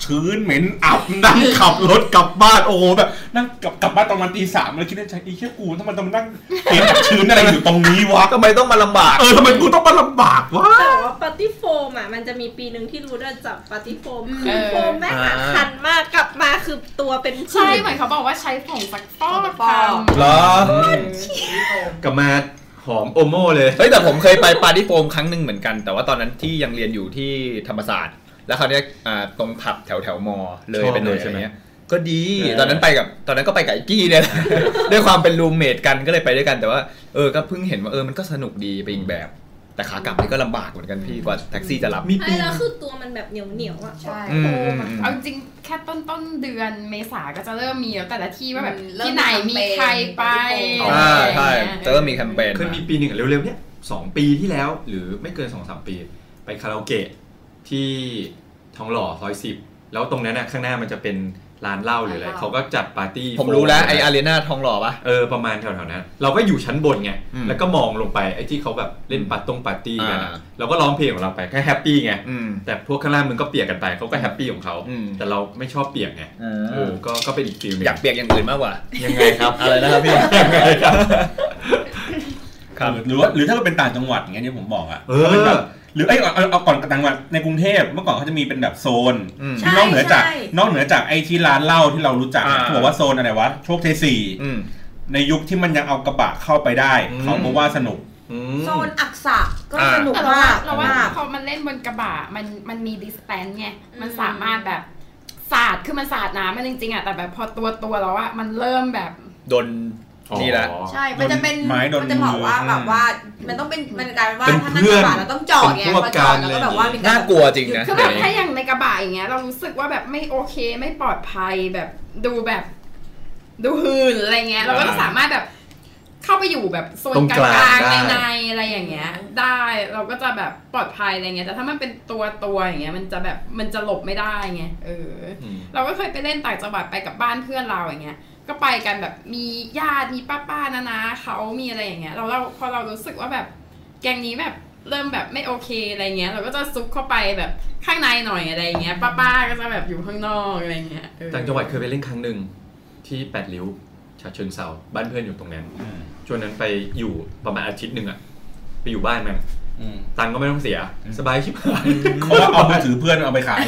S7: ชื้นเหม็นอับนั่งขับรถกลับบ้านโอ้โหแบบนั่งกลับกลับบ้านตอนประมันตีสามแล้วคิดในใจไอ้แค่กูทำไมต้องมานั่งเปลี่ยนอับชื้นอะไรอยู่ตรงนี้วะ
S1: ทำไมต้องมาลำบาก
S7: เออทำไมกูต้องมาลำบากวะ
S6: ำแต่ว่าปาร์ตี้โฟมอ่ะมันจะมีปีหนึ่งที่รู้ได้จับปาร์ตี้โฟมคือโฟมแม่งอะ
S1: อ่า
S6: คันมากกลับมาคือตัวเป็น
S4: ใช่
S6: ผื่น
S4: เหมือนเขาบอกว่าใช้ผงซักฟอก
S5: ซักฟอก
S1: เหรอ
S2: กลับมาหอมโอโม่เลย
S1: เฮ้ยแต่ผมเคยไปปาร์ตี้โฟมครั้งหนึ่งเหมือนกัน แต่ว่าตอนนั้นที่ยังเรียนอยู่ที่ธรรมศาสตร์ แล้วคราวเนี้ยอ่าตรงผับแถวแถวมอ เลย
S2: ชอบ
S1: ไปเลย
S2: เลยใช่
S1: ใช่
S2: ไห
S1: ไห
S2: ม
S1: มก็ดี
S2: เออ
S1: ตอนนั้นไปกับตอนนั้นก็ไปกับไอ้กี้เนี่ยแหละ [laughs] ด้วยความเป็นรูมเมทกันก็เลยไปด้วยกันแต่ว่าเออก็เพิ่งเห็นว่าเออมันก็สนุกดีไปอีกแบบ แต่ขากลับนี่ก็ลำบากเหมือนกันพี่กว่าแท็กซี่จะรับ
S2: มี
S6: ไอ้
S2: ปี
S6: แล้วคือตัวมันแบบเหนียวเหนียวๆอ่ะ
S5: ใช่
S1: อืม
S6: โฟ
S1: อื
S6: ม
S1: ม
S6: อะ
S1: อืม
S4: เอาจริงแค่ต้นต้นเดือนเมษาก็จะเริ่มมีแล้วแต่ละที่ว่าแบบ
S5: อืม
S4: ที่ไหนมีใครไป
S5: เริ่มมี
S1: อ่า
S5: แคมเปญ
S1: ใช่แต่ก็มีแคมเปญ
S2: เคยมีปีหนึ่งอะเร็วๆเนี้ยสองปีที่แล้ว หรือไม่เกินสองสามปี ไปคาราโอเกะที่ทองหล่อซอยสิบแล้วตรงนั้นน่ะข้างหน้ามันจะเป็นร้านเหล้าหรืออะไร
S5: ร้านเหล้า
S2: เขาก็จัดปาร์ตี้
S1: ผมรู้แล้วไออา
S2: โฟม
S1: รีนาทองหล่อปะ
S2: เออประมาณแถวๆนั้น เราก็อยู่ชั้นบนไง
S1: อืม
S2: แล้วก็มองลงไปไอ้ที่เขาแบบเล่นปาร์ตงปาร์ตี้กันอะ
S1: อ่า
S2: เราก็ร้องเพลงของเราไปแค่แฮปปี้ไง
S1: อืม
S2: แต่พวกข้างล่างมึงก็เปียกกันไปเขาก็แฮปปี้ของเขา
S1: อืม
S2: แต่เราไม่ชอบเปียกไงเออก็ก็เป็นอีกฟิลหนึง
S1: อยากเปลี่ยนอย่างอื่นมากกว่า
S2: ยังไงครับ
S1: อะไรนะครับพี่
S2: ยังไงครับ
S1: ครับ
S7: หรือว่าหรือถ้าเกิดเป็นต่างจังหวัดอย่างเงี้ยที่ผมบอกอะ
S2: เออ
S7: เป็นแบบหรือไอ้ยเอาเอาเอาก่อนต่างจังหวัดในกรุงเทพเมื่อก่อนเขาจะมีเป็นแบบโซน
S1: อืม
S7: นอกเหนือจาก
S5: ใช่
S7: นอกเหนือจากไอ้ที่ร้านเหล้าที่เรารู้จัก
S1: อ่า
S7: เขาบอกว่าโซนอะไรวะโชคชัยสี่
S1: อืม
S7: ในยุคที่มันยังเอากระบะเข้าไปได้
S2: อืม
S7: เขาบอกว่าสนุก
S2: อืม
S5: โซนอักษะก็
S1: อ่า
S5: สนุก
S4: แต่เราว่าม
S5: าก
S4: เราว่า
S5: าก
S4: พอมันเล่นบนกระบะมันมันมีดิสแตนไง
S5: อืม
S4: มันสามารถแบบสาดคือมันสาดน้ำมันจริงๆอ่ะแต่แบบพอตัวตัวเราอะมันเริ่มแบบ
S1: โดนนี่แหละ
S2: อ๋อ
S5: ใช่ มันจะเป็น
S7: โดนไม้โดน
S5: มัจะบอกว่า
S1: มือ
S5: แบบว่า มันต้องเป็น มันกลายเป็นว่า
S2: เป็น
S5: ถ้านั่ง
S2: เพื่
S5: ก
S2: อน
S5: ระบะเราต้องจอดไง
S2: เป็นพวก
S5: พอจอด
S2: กัน
S5: แล้ว
S2: เลย
S5: ก็แบบว่ามีร
S1: น่ากลัวจริงนะ
S4: คือ
S1: เดี๋
S4: แบ
S1: ยว
S4: บ
S1: นี้
S4: ถ้าอย่างในกระบะอย่างเงี้ยเรารู้สึกว่าแบบไม่โอเคไม่ปลอดภัยแบบดูแบบ ดูหื่นอะไรเงี้ย เราก็จะสามารถแบบเข้าไปอยู่แบบโซน
S2: ตรง
S4: ก
S2: กลาง
S4: ลาง
S2: ได้
S4: ในในๆอะไรอย่างเงี้ย ได้เราก็จะแบบปลอดภัยอะไรเงี้ยแต่ถ้ามันเป็นตัวตัวอย่างเงี้ยมันจะแบบมันจะหลบไม่ได้ไงเออ
S2: อืม
S4: เราก็เคยไปเล่นต่างจังหวัดไปกับบ้านเพื่อนเราอย่างเงี้ย ก็ไปกันแบบมีญาติมีป้าป้านานาเขามีอะไรอย่างเงี้ยเราเราพอเรารู้สึกว่าแบบ แกงนี้แบบเริ่มแบบไม่โอเคอะไรเงี้ย เราก็จะซุกเข้าไปแบบข้างในหน่อยอะไรเงี้ย ป้าป้าก็จะแบบอยู่ข้างนอกอะไรเงี้ยเออ
S2: ต่างจังหวัดเคยไปเล่นครั้งหนึ่งที่แปดริ้วฉะเชิงเซาบ้านเพื่อนอยู่ตรงนั้น
S7: อืม
S2: ช่วงนั้นไปอยู่ประมาณอาทิตย์หนึ่งอะไปอยู่บ้านมัน
S7: อืม
S2: ตังค์ก็ไม่ต้องเสีย สบายชิบหาย
S7: เพราะว่าเอามือถือเพื่อนเอาไป
S2: [laughs]
S7: ขาย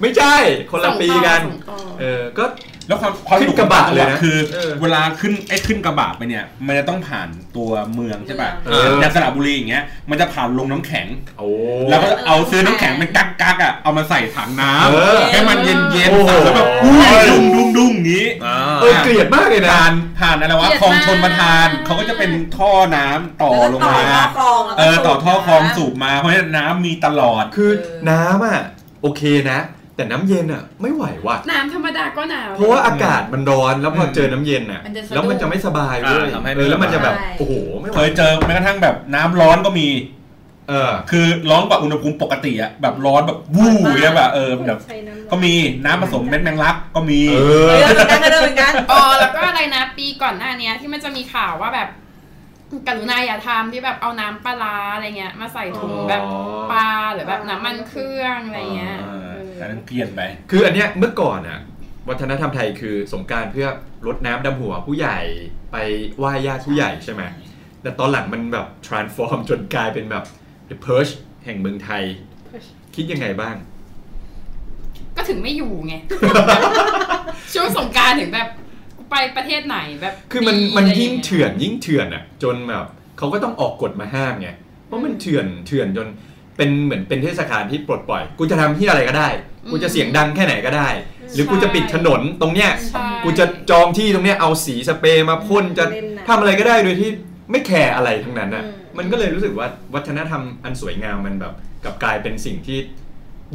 S2: ไม่ใช่คนละ
S4: ส่งต่อ
S2: ปีกัน
S4: ส่งต่อ
S2: เออก็
S7: แล้วความความ
S2: ขึ้นกระบะเลยนะ
S7: คือ
S2: เออ
S7: เวลาขึ้นไอ้ขึ้นกระบะไปเนี่ย มันจะต้องผ่านตัวเมืองใช่ป่ะ
S2: เมืองเออ
S7: อย่างสระบุรีอย่างเงี้ยมันจะผ่านลงน้ำแข็ง
S2: โอ้
S7: แล้วก็เอาซื้อน้ำแข็งเป็นกักกักๆอ่ะเอามาใส่ถังน้
S2: เออ
S7: ำให้มันเย็นเย็น
S2: โอ้โห
S7: ๆแล้วแบบอุ้ยดุ้งดุ้งดุ้งอย่างงี้
S1: อ่า
S2: เออเกลียดมากเลยนะ
S7: ผ่านผ่านอะไรวะ
S4: เกลียด
S7: คลอ
S4: มาก
S7: งชนประทาน เขาก็จะเป็นท่อน้ำต่อลงมา
S5: แล้วก็ต่อคลองแล้วก็
S7: เออต่อท่อคลองสู
S5: ง
S7: บมาเพราะฉะนั้นน้ำมีตลอด
S2: คือ
S5: เออ
S2: น้ำอะโอเคนะ แต่น้ำเย็นอะไม่ไหวว่ะ
S4: น้ำธรรมดาก็หนาว
S2: เพราะว่าอากาศมันร้อนแล้วพอเจอน้ำเย็นอะ
S4: มันจะสะดุ้ง
S2: แล้วมันจะไม่สบายเลย
S1: อ่าทำให้ไม่
S2: เออแล้วมันจะแบบ
S5: สบาย
S2: โอ้โหไม่ไหว
S7: เคยเจอแม้กระทั่งแบบน้ำร้อนก็มี
S2: เออ
S7: คือร้อนกว่าอุณหภูมิปกติอะแบบร้อนแบบวู้อย่างเงี้ยแบบเออแบบ
S6: ใช้น้ำ
S7: ก็มีน้ำผสมเม็ดแมงลักก็มี
S2: เออ
S5: เออเหมือนกันก็เลยเหมือนกัน
S4: อ๋อแล้วก็อะไรนะ ปีก่อนหน้าเนี้ยที่มันจะมีข่าวว่าแบบกรุณาอย่าทำที่แบบเอาน้ำปลาร้าอะไรเงี้ย มาใส่ถุงแบบ
S2: อ๋อ
S4: ปลาหรือแบบน้ำมันเครื่องอะไรเงี้ย
S7: เออแต่
S4: เออ
S7: นั้นเกลียดไป
S2: คืออันเนี้ยเมื่อก่อนอะวัฒนธรรมไทยคือสงกรารเพื่อลดน้ำดำหัวผู้ใหญ่ไปไหว้ญาติผู้ใหญ่ใช่ไหมแต่ตอนหลังมันแบบ transform จนกลายเป็นแบบ the purge แห่งเมืองไทย คิดยังไงบ้าง
S4: ก็ถึงไม่อยู่ไง [laughs] ช่วงสงกรารถึงแบบกูไปประเทศไหนแบบ
S2: คือมัน
S4: ดีะไร
S2: มัน
S4: อา
S2: ยิ่งเถื่อนยิ่งเถื่อนอะจนแบบเขาก็ต้องออกกฎมาห้ามไงเพราะมันเถื่อนเถื่อนจนเป็นเหมือนเป็นเทศกาลที่ปลดปล่อย กูจะทำที่อะไรก็ได้ กูจะเสียงดังแค่ไหนก็ได้
S6: อ
S2: หรือกูจะปิดถนนตรงเนี้ย
S4: ใช่
S2: กูจะจองที่ตรงเนี้ยเอาสีสเปรย์มาพ่นจะ
S6: เล่นน่ะ
S2: ทำอะไรก็ได้โดยที่ไม่แคร์อะไรทั้งนั้นน่ะ
S6: อืม
S2: มันก็เลยรู้สึกว่าวัฒนธรรมอันสวยงามมันแบบกลับกลายเป็นสิ่งที่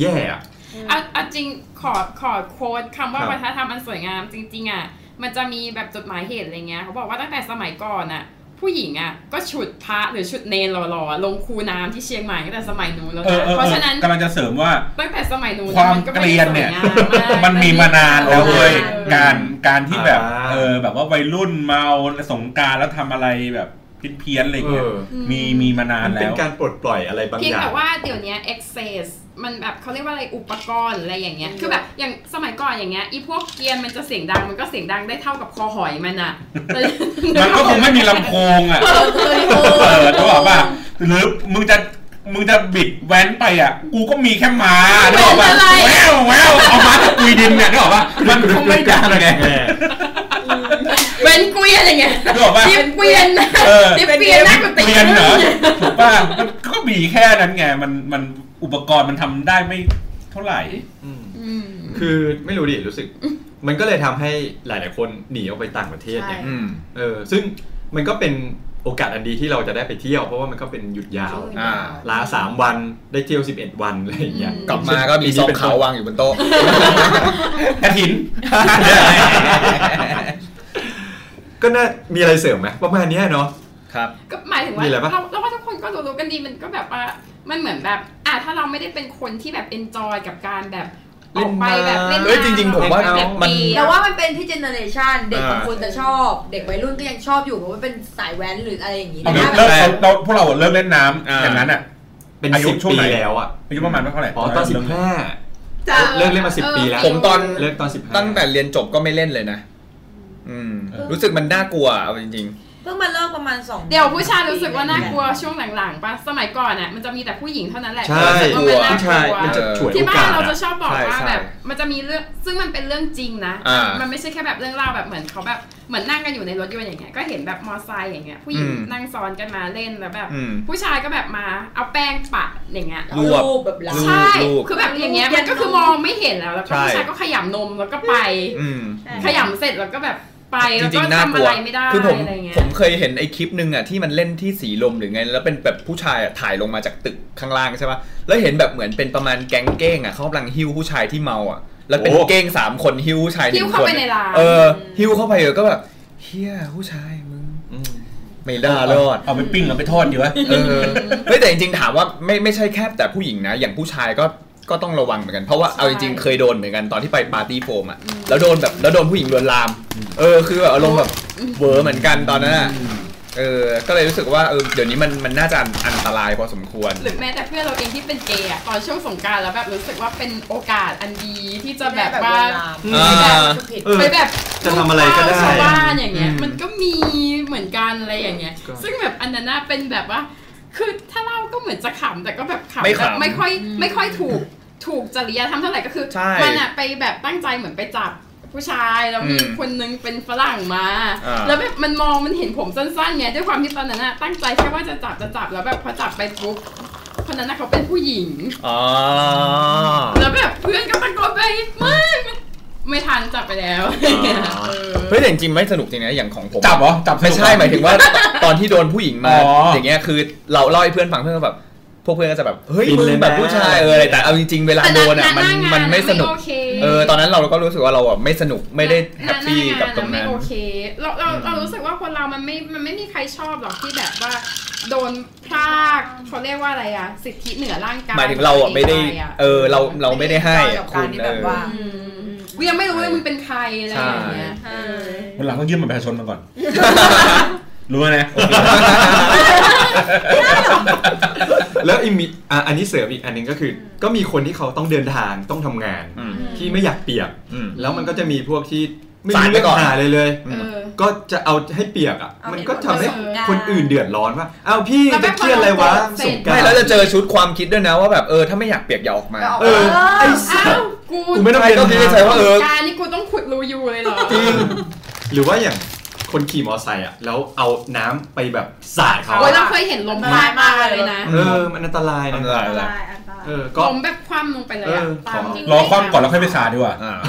S2: แย่อะ
S4: เอาเอาจริงขอขอโค้ดคำว่า
S2: ครับ
S4: วัฒนธรรมอันสวยงามจริง ๆ อ่ะ มันจะมีแบบจดหมายเหตุอะไรเงี้ยเขาบอกว่าตั้งแต่สมัยก่อนอ่ะ ผู้หญิงอ่ะก็ฉุดพระหรือฉุดเนรหล่อๆลงคูน้ำที่เชียงใหม่ตั้งแต่สมัยนู้นแล้ว
S7: เออ
S4: นะ
S7: เออ
S4: เพราะฉะนั้น
S7: กำลังจะเสริมว่า
S4: ตั้งแต่สมัยนู้น
S7: ความ
S4: น
S7: เก
S4: ไได้
S7: ลียนเนี่ย
S4: สวงาม
S7: มันมีมานานแล้วเว้ย
S4: เออ
S7: การการที่แบบ
S2: อ่า
S7: เออแบบว่าวัยรุ่นเมาสงกรารแล้วทำอะไรแบบเพี้ยนๆอะไรอย่างเงี้ย
S2: เออ
S7: มีมีมานาน
S2: มันเป็
S7: แล้
S2: น
S7: ว
S2: การปลดปล่อยอะไรบาง
S4: เพีย
S2: อ
S4: ง
S2: ย่าง
S4: แต่ว่าเดี๋ยวเนี้ย access มันแบบเขาเรียกว่าอะไรอุปกรณ์อะไรอย่างเงี้ย คือแบบอย่างสมัยก่อนอย่างเงี้ยอีพวกเกรียนมันจะเสียงดังมันก็เสียงดังได้เท่ากับคอหอยมันอะ
S7: [laughs] มันก็คงไม่มีลำโพงอ่ะ เปิดหรือเปล่าป่ะหรือมึงจะมึงจะบิดแว้นไปอ่ะ กูก็มีแค่มานึกออกป่ะ
S4: แว้นอะไร
S7: แววแววเอามาตะกุยดินเนี่ยนึกออกป่ะมันก็ไม่ดัง
S4: [laughs]
S7: ไง
S4: เป็นเกวียนอะไรเงี้ย
S7: นึกออกปะ
S4: ดิบเกวียน
S7: เออ
S4: ดิบเกวียนน่ากูติ
S7: เปลี่ยนเหรอถูกป่ะมันก็มีแค่นั้นไงมันมันอุปกรณ์มันทำได้ไม่เท่าไหร่
S4: อืม
S2: คือไม่รู้ดิรู้สึก มันก็เลยทำให้หลาย ๆ คนหนีออกไปต่างประเทศเนี่ย
S5: ใช่
S1: อืม
S2: เออ ซึ่งมันก็เป็นโอกาสอันดีที่เราจะได้ไปเที่ยว เพราะว่ามันก็เป็นหยุดยาว
S1: อ่า
S2: ลาสามวันได้เที่ยว 11 วันอะไรอย่างเงี้ย
S4: อืม
S1: กลับมาก็มีซองขาววางอยู่บนโต๊ะ
S7: กระถิน
S2: ก็น่ามีอะไรเสริมไหมประมาณเนี้ยเนาะ
S1: ครับ
S4: ก็หมายถึงว่า
S2: มีอะไรปะ
S4: เราเราว่าทุกคนก็รู้ๆกันดีมันก็แบบว่ามันเหมือนแบบอ่ะถ้าเราไม่ได้เป็นคนที่แบบ enjoy กับการแบบออกไปแบบเล่น
S1: เอ้ยจริงๆผมว่า
S4: ออกไปแบบ
S1: มัน
S4: เที่ย
S5: แต่ว่ามันเป็นที่เจเนอเรชันเด็กบาง
S1: อ่า
S5: คนจะชอบ เด็กวัยรุ่นก็ยังชอบอยู่เพราะว่าเป็นสายแว้นหรืออะไรอย่างนี้
S7: เอา
S5: นะ
S7: เลิก
S5: แบ
S7: เลิก
S5: บ
S7: เราเราพวกเราอะเลิกเล่นน้ำอย่างนั้นอ่ะ
S2: เป็น
S7: อายุ
S2: สิบ
S7: ช่วง
S2: ปี
S7: ไหน
S2: แล้วอ่ะ
S7: อายุประมาณเท่าไหร่
S2: อ๋อตอนสิบห้า
S6: จ้ะ
S2: เลิกเล่นมา10ปีแล้ว
S1: ผมตอน
S2: เลิกตอนสิบห้า
S1: ตั้งแต่เรียนจบก็ไม่เล่นเลยนะ อืม
S7: เออ
S1: รู้สึกมันน่ากลัวเอาจริง
S5: เพิ่งมาเลิกประมาณสอง
S4: เดี๋ยวผู้ชายรู้สึกว่าน่ากลัวช่วงหลังๆป่ะ สมัยก่อนอ่ะมันจะมีแต่ผู้หญิงเท่านั้นแหละ
S2: ใช่
S4: ที่รู้สึกว่ามัน
S2: ผู้ชาย
S4: น่ากลัว
S2: มันจะฉวยโอ
S4: ที่บ้าก
S2: าน ส
S4: เราจะ
S2: อะ
S4: ชอบบอกว่า
S1: ใช่
S4: แบบมันจะมีเรื่องซึ่งมันเป็นเรื่องจริงนะ
S1: อ่า
S4: มันไม่ใช่แค่แบบเรื่องเล่าแบบเหมือนเขาแบบเหมือนนั่งกันอยู่ในรถยนต์อย่างเงี้ยก็เห็นแบบมอไซค์อย่างเงี้ยผู้หญิง
S1: อืม
S4: นั่งซ้อนกันมาเล่นแล้วแบบ
S1: อืม
S4: ผู้ชายก็แบบมาเอาแป้งปะอย่างเงี้ย
S5: รู
S1: รวบ
S5: ปแบบเรา
S1: รูป
S4: ใช่
S1: รูป
S4: คือแบบอย่างเงี้ยมันก็คือมองไม่เห็นแล้วแล้วก็ผู้ชายก็ขยำนมแล้วก็ไป
S1: ๆ อืม
S4: ขยำเสร็จแล้วก็แบบไป
S1: จ
S4: แล้ว
S1: ริ
S4: ก็
S1: งๆน่า
S4: ทำ
S1: ก
S4: อะ
S1: ลัว
S4: ไรไม่ได้
S1: คือผม
S4: อะไรเงี้ย
S1: ผมเคยเห็นไอ้คลิปหนึ่งอ่ะที่มันเล่นที่สีลมหรือไง แล้วเป็นแบบผู้ชายอะถ่ายลงมาจากตึกข้างล่างใช่ปะแล้วเห็นแบบเหมือนเป็นประมาณแก๊งเก้งอ่ะเขากำลังหิ้วผู้ชายที่เมาอ่ะ แล้วเป็น
S2: โอ้
S1: เก้งสามคนหิ้วผู้ชายหนึ่ง
S4: หิ้ว
S1: ค
S4: เข้าน ไปในร้าน
S1: เออหิ้วเข้าไปเออก็แบบเฮียผู้ชายมึง
S2: อืม
S1: ไม่ได้รอด
S7: เอาไปปิ้งเอาไปทอดดีวะ
S1: เออเฮ้ยแต่จริงๆถามว่าไม่ไม่ใช่แค่แต่ผู้หญิงนะ อย่างผู้ชายก็ก็ต้องระวังเหมือนกันเพราะว่า
S4: ใช่
S1: เอาจริงๆเคยโดนเหมือนกันตอนที่ไปปาร์ตี้โฟมอ่ะแล้วโดนแบบแล้วโดนผู้หญิงลวนลาม เออคือแบบอารมณ์แบบเวอร์เหมือนกันตอนนั้นอะเออก็เลยรู้สึกว่าเออเดี๋ยวนี้มันมันน่าจะอันตรายพอสมควร
S4: หรือแม้แต่เพื่อนเราเองที่เป็นเกย์อะตอนช่วงสงกรารแล้วแบบรู้สึกว่าเป็นโอกาสอันดีที่จะแบบว่า
S1: อ่า
S5: ผิด
S2: เออ
S4: ไปแบบ
S2: จะทำอะไรก็ได้
S4: ชาวบ้านอย่างเงี้ย
S1: อืม
S4: มันก็มีเหมือนกันอะไรอย่างเงี้ย
S2: ก็
S4: ซึ่งแบบอันนั้นน่ะเป็นแบบว่า คือถ้าเล่าก็เหมือนจะขำแต่ก็แบบขำ
S1: ไม่ขำ
S4: แบบไม่ค่อยไม่ค่อยถูกถูกจริยธรรมเท่าไหร่ก็คือ
S1: ใช่
S4: มันอะไปแบบตั้งใจเหมือนไปจับผู้ชายแล้วมี
S1: อืม
S4: คนนึงเป็นฝรั่งมา
S1: อ่า
S4: แล้วแบบมันมองมันเห็นผมสั้นๆไงด้วยความที่ตอนนั้นอะตั้งใจแค่ว่าจะจับจะจับแล้วแบบพอจับไปปุ๊บคนนั้นน่ะเขาเป็นผู้หญิง
S1: อ๋อ
S4: แล้วแบบเพื่อนก็ตะโกนไปไม่มันไม่ทันจับไปแล้วเออ
S1: เฮ้ยแต่จริงๆไม่สนุกจริงนะอย่างของผม
S7: จับเหรอ จับสนุก
S1: ไม่ใช่หมายถึงว่า ตอนที่โดนผู้หญิงมา
S7: อ๋ออ
S1: อย่างเงี้ยคือเราเล่าให้เพื่อนฟังเพื่อนก็แบบพวกเพื่อนก็จะแบบเฮ้ย
S2: ฟิน
S1: มึง
S2: เลยนะ
S1: แบบผู้ชายเอออะไรแต่เอาจริงๆเวลาโดนอ่ะ
S4: แต่
S1: มัน
S4: หา
S1: มันไม่สนุก
S4: โอเค
S1: เออตอนนั้นเราก็รู้สึกว่าเราอ่ะไม่สนุกไม่ได้แฮปปี้
S4: หาหา
S1: กับตรงนั้น
S4: ไม่โอเคเราเรา
S1: อืม
S4: เรารู้สึกว่าคนเรามันไม่มันไม่มีใครชอบหรอกที่แบบว่า โดนพรากเขาเรียกว่าอะไรอะสิทธิเหนือร่างกาย
S1: หมายถึงเราอ่ะไม่ได้ เออเราเราไม่ได้ให้อ่ะ
S5: ไม่
S1: คุณเอ
S5: ได้กับการที่แบบ
S1: อ
S5: ว่า
S4: อืมกูยังไม่รู้เลยมึงเป็นใครอะไรอย่างเงี้ย
S6: ใช่
S4: เออ
S7: วันหลังต้องยื่นบัตรประชาชนมา
S1: [laughs]
S7: ก่อน รู้ไหมนะ
S2: แล้วอีกมีอ่ะอันนี้เสริมอีกอันหนึงก็คือ ก็มีคนที่เขาต้องเดินทางต้องทำงาน
S1: อืม
S2: ที่ไม่อยากเปียก
S1: อืม
S2: แล้วมันก็จะมีพวกที่ไม่
S1: สาดไป
S2: รู้เรื่อง
S1: ก่อน
S2: หาเลยเลย
S4: เออ
S2: ก็จะเอาให้เปียกอ่ะ
S5: เอามั
S2: มันก็ทำให้
S5: เหตุผลมาสงกรานต์
S2: คนอื่นเดือดร้อนว่า อ้าวพี่
S4: แล้วแม่
S2: จะเครียดอะไรวะ
S4: พอเราเสร็
S2: ส
S4: จ
S2: งกราร
S1: ไม่แล้วจะเจอชุดความคิดด้วยนะว่าแบบเออถ้าไม่อยากเปียกอย่าออกมา
S2: เออ ไอ้สั
S4: อ้าว
S2: ส
S4: กู
S2: กูไม่ต้อง
S1: ใคร
S2: เรียน
S1: ก็คิดในใจว่าเออ
S4: การนี่กูต้องขุดรูยูเลยเหรอ
S2: จริง หรือว่าอย่าง คนขี่มอไซค์อ่ะแล้วเอาน้ำไปแบบสาดเขา
S4: โอ้ยเราเคยเห็นลม
S5: มัน
S4: พาดมาก
S5: มัน
S4: เลยนะ
S2: เออมันอันตราย
S1: อั
S2: นะ
S1: นตราย
S6: อันต
S1: ละ
S6: รายอันตราย
S2: เออก็
S4: ลมแบบคว่ำลงไปเลยอะ
S2: เออ
S4: ตามจริง
S7: รอคว่ำก่อนแล้วค่อยไปสาดดีกว่า
S1: อ่า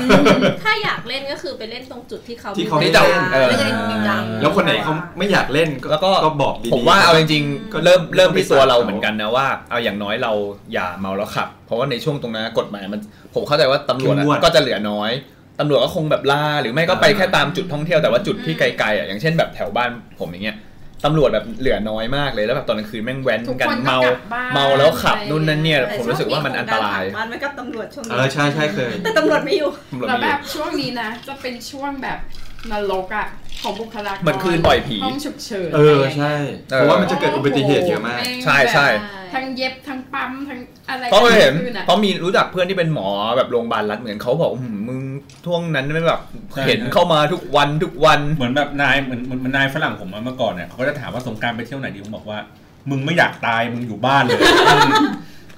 S6: ถ้าอยากเล่นก็คือไปเล่นตรงจุดที่เขา
S2: ที่เขา
S1: ที่จับเออ
S5: ไม่ได้จริงจัง
S2: แล้วคนไหนเขาไม่อยากเล่นก็
S1: แล้วก็
S2: ก็บอกดีๆ
S1: ผมว่าเอาจริง
S2: ก็
S1: ๆเริ่มเริ่มที่ตัวเรา
S2: ก็ไม่
S1: เหมือนกันนะว่าเอาอย่างน้อยเราอย่าเมาแล้วขับ เพราะว่าในช่วงตรงนั้นกฎหมายมันผมเข้าใจว่าตำรวจอะ
S2: เข้มงวด
S1: ก็จะเหลือน้อยตำรวจก็คงแบบล่าหรือไม่ก็ไป
S2: อ่า
S1: แค่ตามจุดท่องเที่ยวแต่ว่าจุดที่ไกลๆอ่ะอย่างเช่นแบบแถวบ้านผมอย่างเงี้ยตำรวจแบบเหลือน้อยมากเลยแล้วแบบตอนกลางคืนแม่งแว้น
S4: ทุก
S1: กัน
S4: คนก็
S1: เมา
S4: กลับบ้น
S1: เมาแล้วขับนู่นนั่นเนี่ย
S4: แต่
S1: ผมรู้สึกว่ามันอันตราย
S6: มันไว้กับตำรวจช่วง
S2: เอ
S6: นี้
S2: อใช่ใช่เคย
S6: แต่ตำรวจไม่อยู่
S1: ตำรวจ
S4: แล้ว
S1: ไม่
S4: แบ
S1: อยู่
S4: บช่วงนี้นะ จะเป็นช่วงแบบนรกอะของบุคลากร
S1: เหมือนคืนปล่อยผี
S4: ห้องฉุกเฉิน
S2: เออใช่เพราะว่ามันจะเกิดอุบัติเหตุเยอะมาก
S4: โโหแง
S1: ใช่ใช่
S4: แบบทั้งเย็บทั้งปั๊มทั้งอะไร
S1: เพราะเห็น
S4: คือะ
S1: เพราะมีรู้จักเพื่อนที่เป็นหมอแบบโรงพยาบาลรัฐเหมือนเขาบอกอื้อหือมึงช่วงนั้นไม่แบบ
S7: ใช่
S1: เห็นเข้ามาทุกวันทุกวัน
S7: เหมือนแบบนายเหมือนเหมือนเหมือนนายฝรั่งผมอะเมื่อก่อนเนี่ยเขาก็จะถามว่าสงกรารไปเที่ยวไหนดีผมบอกว่า มึงไม่อยากตายมึงอยู่บ้านเลย [laughs]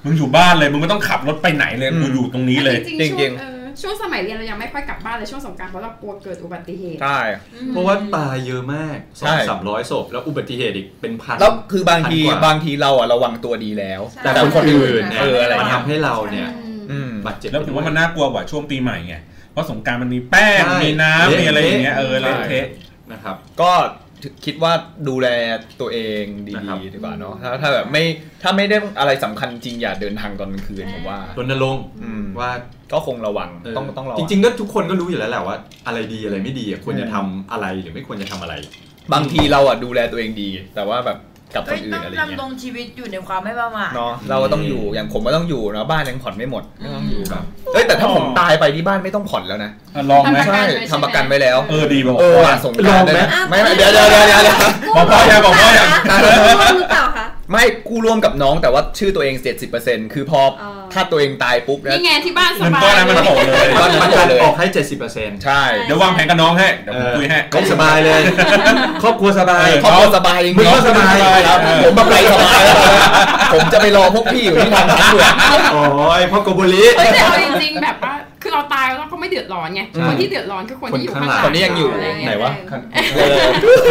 S7: มึงอยู่บ้านเลยมึงไม่ต้องขับรถไปไหนเลย
S1: อืม
S7: มึงอยู่ตรงนี้เลย
S1: จ
S4: จ
S1: ริ
S4: ริ
S1: งๆ
S4: งๆช่วงเออช่วงสมัยเรียนเรายังไม่ค่อยกลับบ้านเลยช่วงสงกรารเพราะเรากลัวเกิดอุบัติเหตุ
S1: ใช่
S2: เพราะว่าตายเยอะมากสอ
S1: ใช่
S2: งสามร้อยศพแล้วอุบัติเหตุอีกเป็นพัน
S1: แล้วคือบางที
S2: พันกว่
S1: บางทีเราอะระวังตัวดีแล้ว
S6: ใช่
S2: แต่คนอื่นเนี่ย
S1: เอออะไร
S2: มัน
S1: เงี้ย
S2: ทำให้เราเนี่ย
S1: อืม
S2: บาดเจ็บ
S7: แล้วผมว่ามันน่ากลัวกว่าช่วงปีใหม่ไงเพราะสงกรารมันมีแป้ง
S2: ใช่
S7: มีน้ำมีอะไรอย่างเงี้ยเออเละ
S2: ใช่
S7: เทะ
S2: นะครับ
S1: ก็คิดว่าดูแลตัวเองดี
S2: นะครับ
S1: ๆดีกว่าเนาะถ้าถ้าแบบไม่ถ้าไม่ได้อะไรสำคัญจริงอย่าเดินทางตอนกลางคืนผมว่าร
S2: ณรงค์
S1: อืม
S2: ว่า
S1: ก็คงระวัง
S2: เออ
S1: ต้องต้องระวั
S2: จ
S1: ง
S2: ริง ๆ ก็ทุกคนก็รู้อยู่แล้วแหละว่า อะไรดีอะไรไม่ดีอะควรจะ
S1: อืม
S2: ทำอะไรหรือไม่ควรจะทำอะไร
S1: บางทีเราอะดูแลตัวเองดี แต่ว่าแบบกับ
S5: ก็
S1: คนอื่
S5: ต้อน ง
S1: อะไรเงี้ย
S5: ดำรงชีวิตอยู่ในความไม่ประมาท
S1: เนาะเราก็ต้องอยู่อย่างผมก็ต้องอยู่เนาะบ้านยังผ่อนไม่หมดก็ต้องอยู่
S2: ครับ
S1: เอ้ยแต่ถ้าผม
S7: อ๋อ
S1: ตายไปที่บ้านไม่ต้องผ่อนแล้วนะ
S7: อ่ะลองไหม
S4: ทำประกั
S1: ใช่
S4: นไว้ใช่ไหม
S1: ทำประกันไว้แล้ว
S7: เออดีบอก
S1: เออ
S7: พ่อ
S1: ว่ะสงกรานต์ได้นะ
S5: ลองไหม
S1: ไม่ไม่เดี๋ยวเดี๋ยวเดี๋ยวเดี๋ยวเดี๋ยว
S7: บอกพ่อยังบอกพ่อยัง
S6: หรือเปล่าคะ
S1: ไม่กู้ร่วมกับน้องแต่ว่าชื่อตัวเอง70%คือพอ
S6: เออ
S1: ถ้าตัวเองตายปุ๊บนะ
S4: นี่ไงที่บ้านส
S7: เงิน
S4: บาย
S7: ก้อนนั้นมันโผล่เลย
S1: ก็
S2: มั
S1: มัน น
S2: จะ
S1: จะเลย
S2: ออกให้เจ็ดสิบเปอร์เซ็นต์
S1: ใช่
S7: เดี๋ยววางแผนกับน้องให้เดี๋ยวผมคุยให้
S2: สบายเลย ครอบครัวสบาย
S1: ครอบครัวสบายจริง
S2: มึงก็
S1: เนะ
S2: สบาย
S1: ครับ
S7: เออ
S1: ผมแบบไรสบายแล้วผมจะไปรอพวกพี่อยู่ที่ทางด่วน
S2: โอ้ยพ่อโกโบริ
S4: เฮ้ยแต่เอาจริงๆแบบว่าคือเราตายแล้วเราก็ไม่เดือดร้อนไง
S1: อืม
S4: คนที่เดือดร้อนคือคนที่อยู่ข้างหลัง
S1: คนนี้ยังอยู่
S4: ะรเ
S1: ไหนวะ
S2: เออ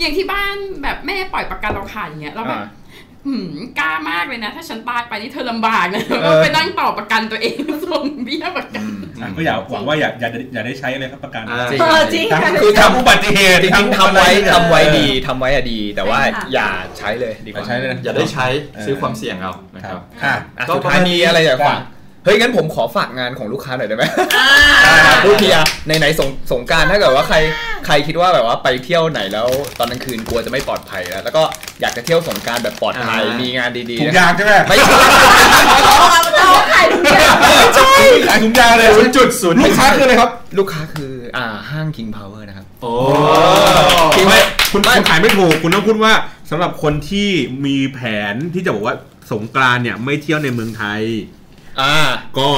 S4: อย่างที่บ้านแบบแม่ปล่อยประกันเราขาดอย่างเงี้ยเราแบบ
S1: อ่า
S4: หืมกล้ามากเลยนะ ถ้าฉันตายไปนี่เธอลำบากนะ
S1: เออ
S4: ไปนั่งต่อประกันตัวเองส่งเบี้ยประกัน
S7: อ่ะก็อย่าหวังว่าอย่าอย่าอย่าได้ใช้เลยครับประกัน
S2: อ่า
S1: จริง
S6: เออจริง
S7: ทั้ง
S6: ค่ะ
S7: คือทำอุบัติเหตุ
S1: จริงๆทำไว้ทำไว้ดีทำไว้อะดีแต่ว่า
S6: ใช่ค่ะ
S1: อย่าใช้เลยดีก
S7: อย่า
S1: ว่า
S7: ใช้เลยนะ
S2: อย่าได้ใช้
S7: เออ
S2: ซื้อความเสี่ยงเอานะ
S7: ค
S2: ค
S7: รั
S2: รั
S7: บบ ค่ะ
S1: อ่ะ
S2: ก็
S1: สุดท้ายนี้อะไรอยากฝาก
S7: ได้
S1: เฮ้ย งั้นผมขอฝากงานของลูกค้าหน่อยได้ไหม
S7: ได้ครับ
S1: ลูกเทียในไหนๆสงสงกรารถ้าเกิดว่าใครใครคิดว่าแบบว่าไปเที่ยวไหนแล้วตอนกลางคืนกลัวจะไม่ปลอดภัยแล้ว แล้วก็อยากจะเที่ยวสงกรารแบบปลอดภัย
S2: อ่ามี
S1: มีงานดี
S7: ถุ
S1: ๆ
S7: ง
S1: นะ
S7: ยางใช่ไหม
S1: ไม่ใช่
S5: เราขายทุกอย่าง
S7: ใช่ขายถุงยางเลย
S2: ศูนย์จุดศูนย์
S7: ลูกค้าคืออะไรครับ
S1: ลูกค้าคืออ่าห้าง King Power นะครับ
S2: โอ้
S1: จริงไหม
S7: ไม่คุณคุณขายไม่ถูกคุณต้องพูดว่าสำหรับคนที่มีแผนที่จะบอกว่าสงกรานต์เนี่ยไม่เที่ยวในเมืองไทย
S1: อ่า
S7: ก็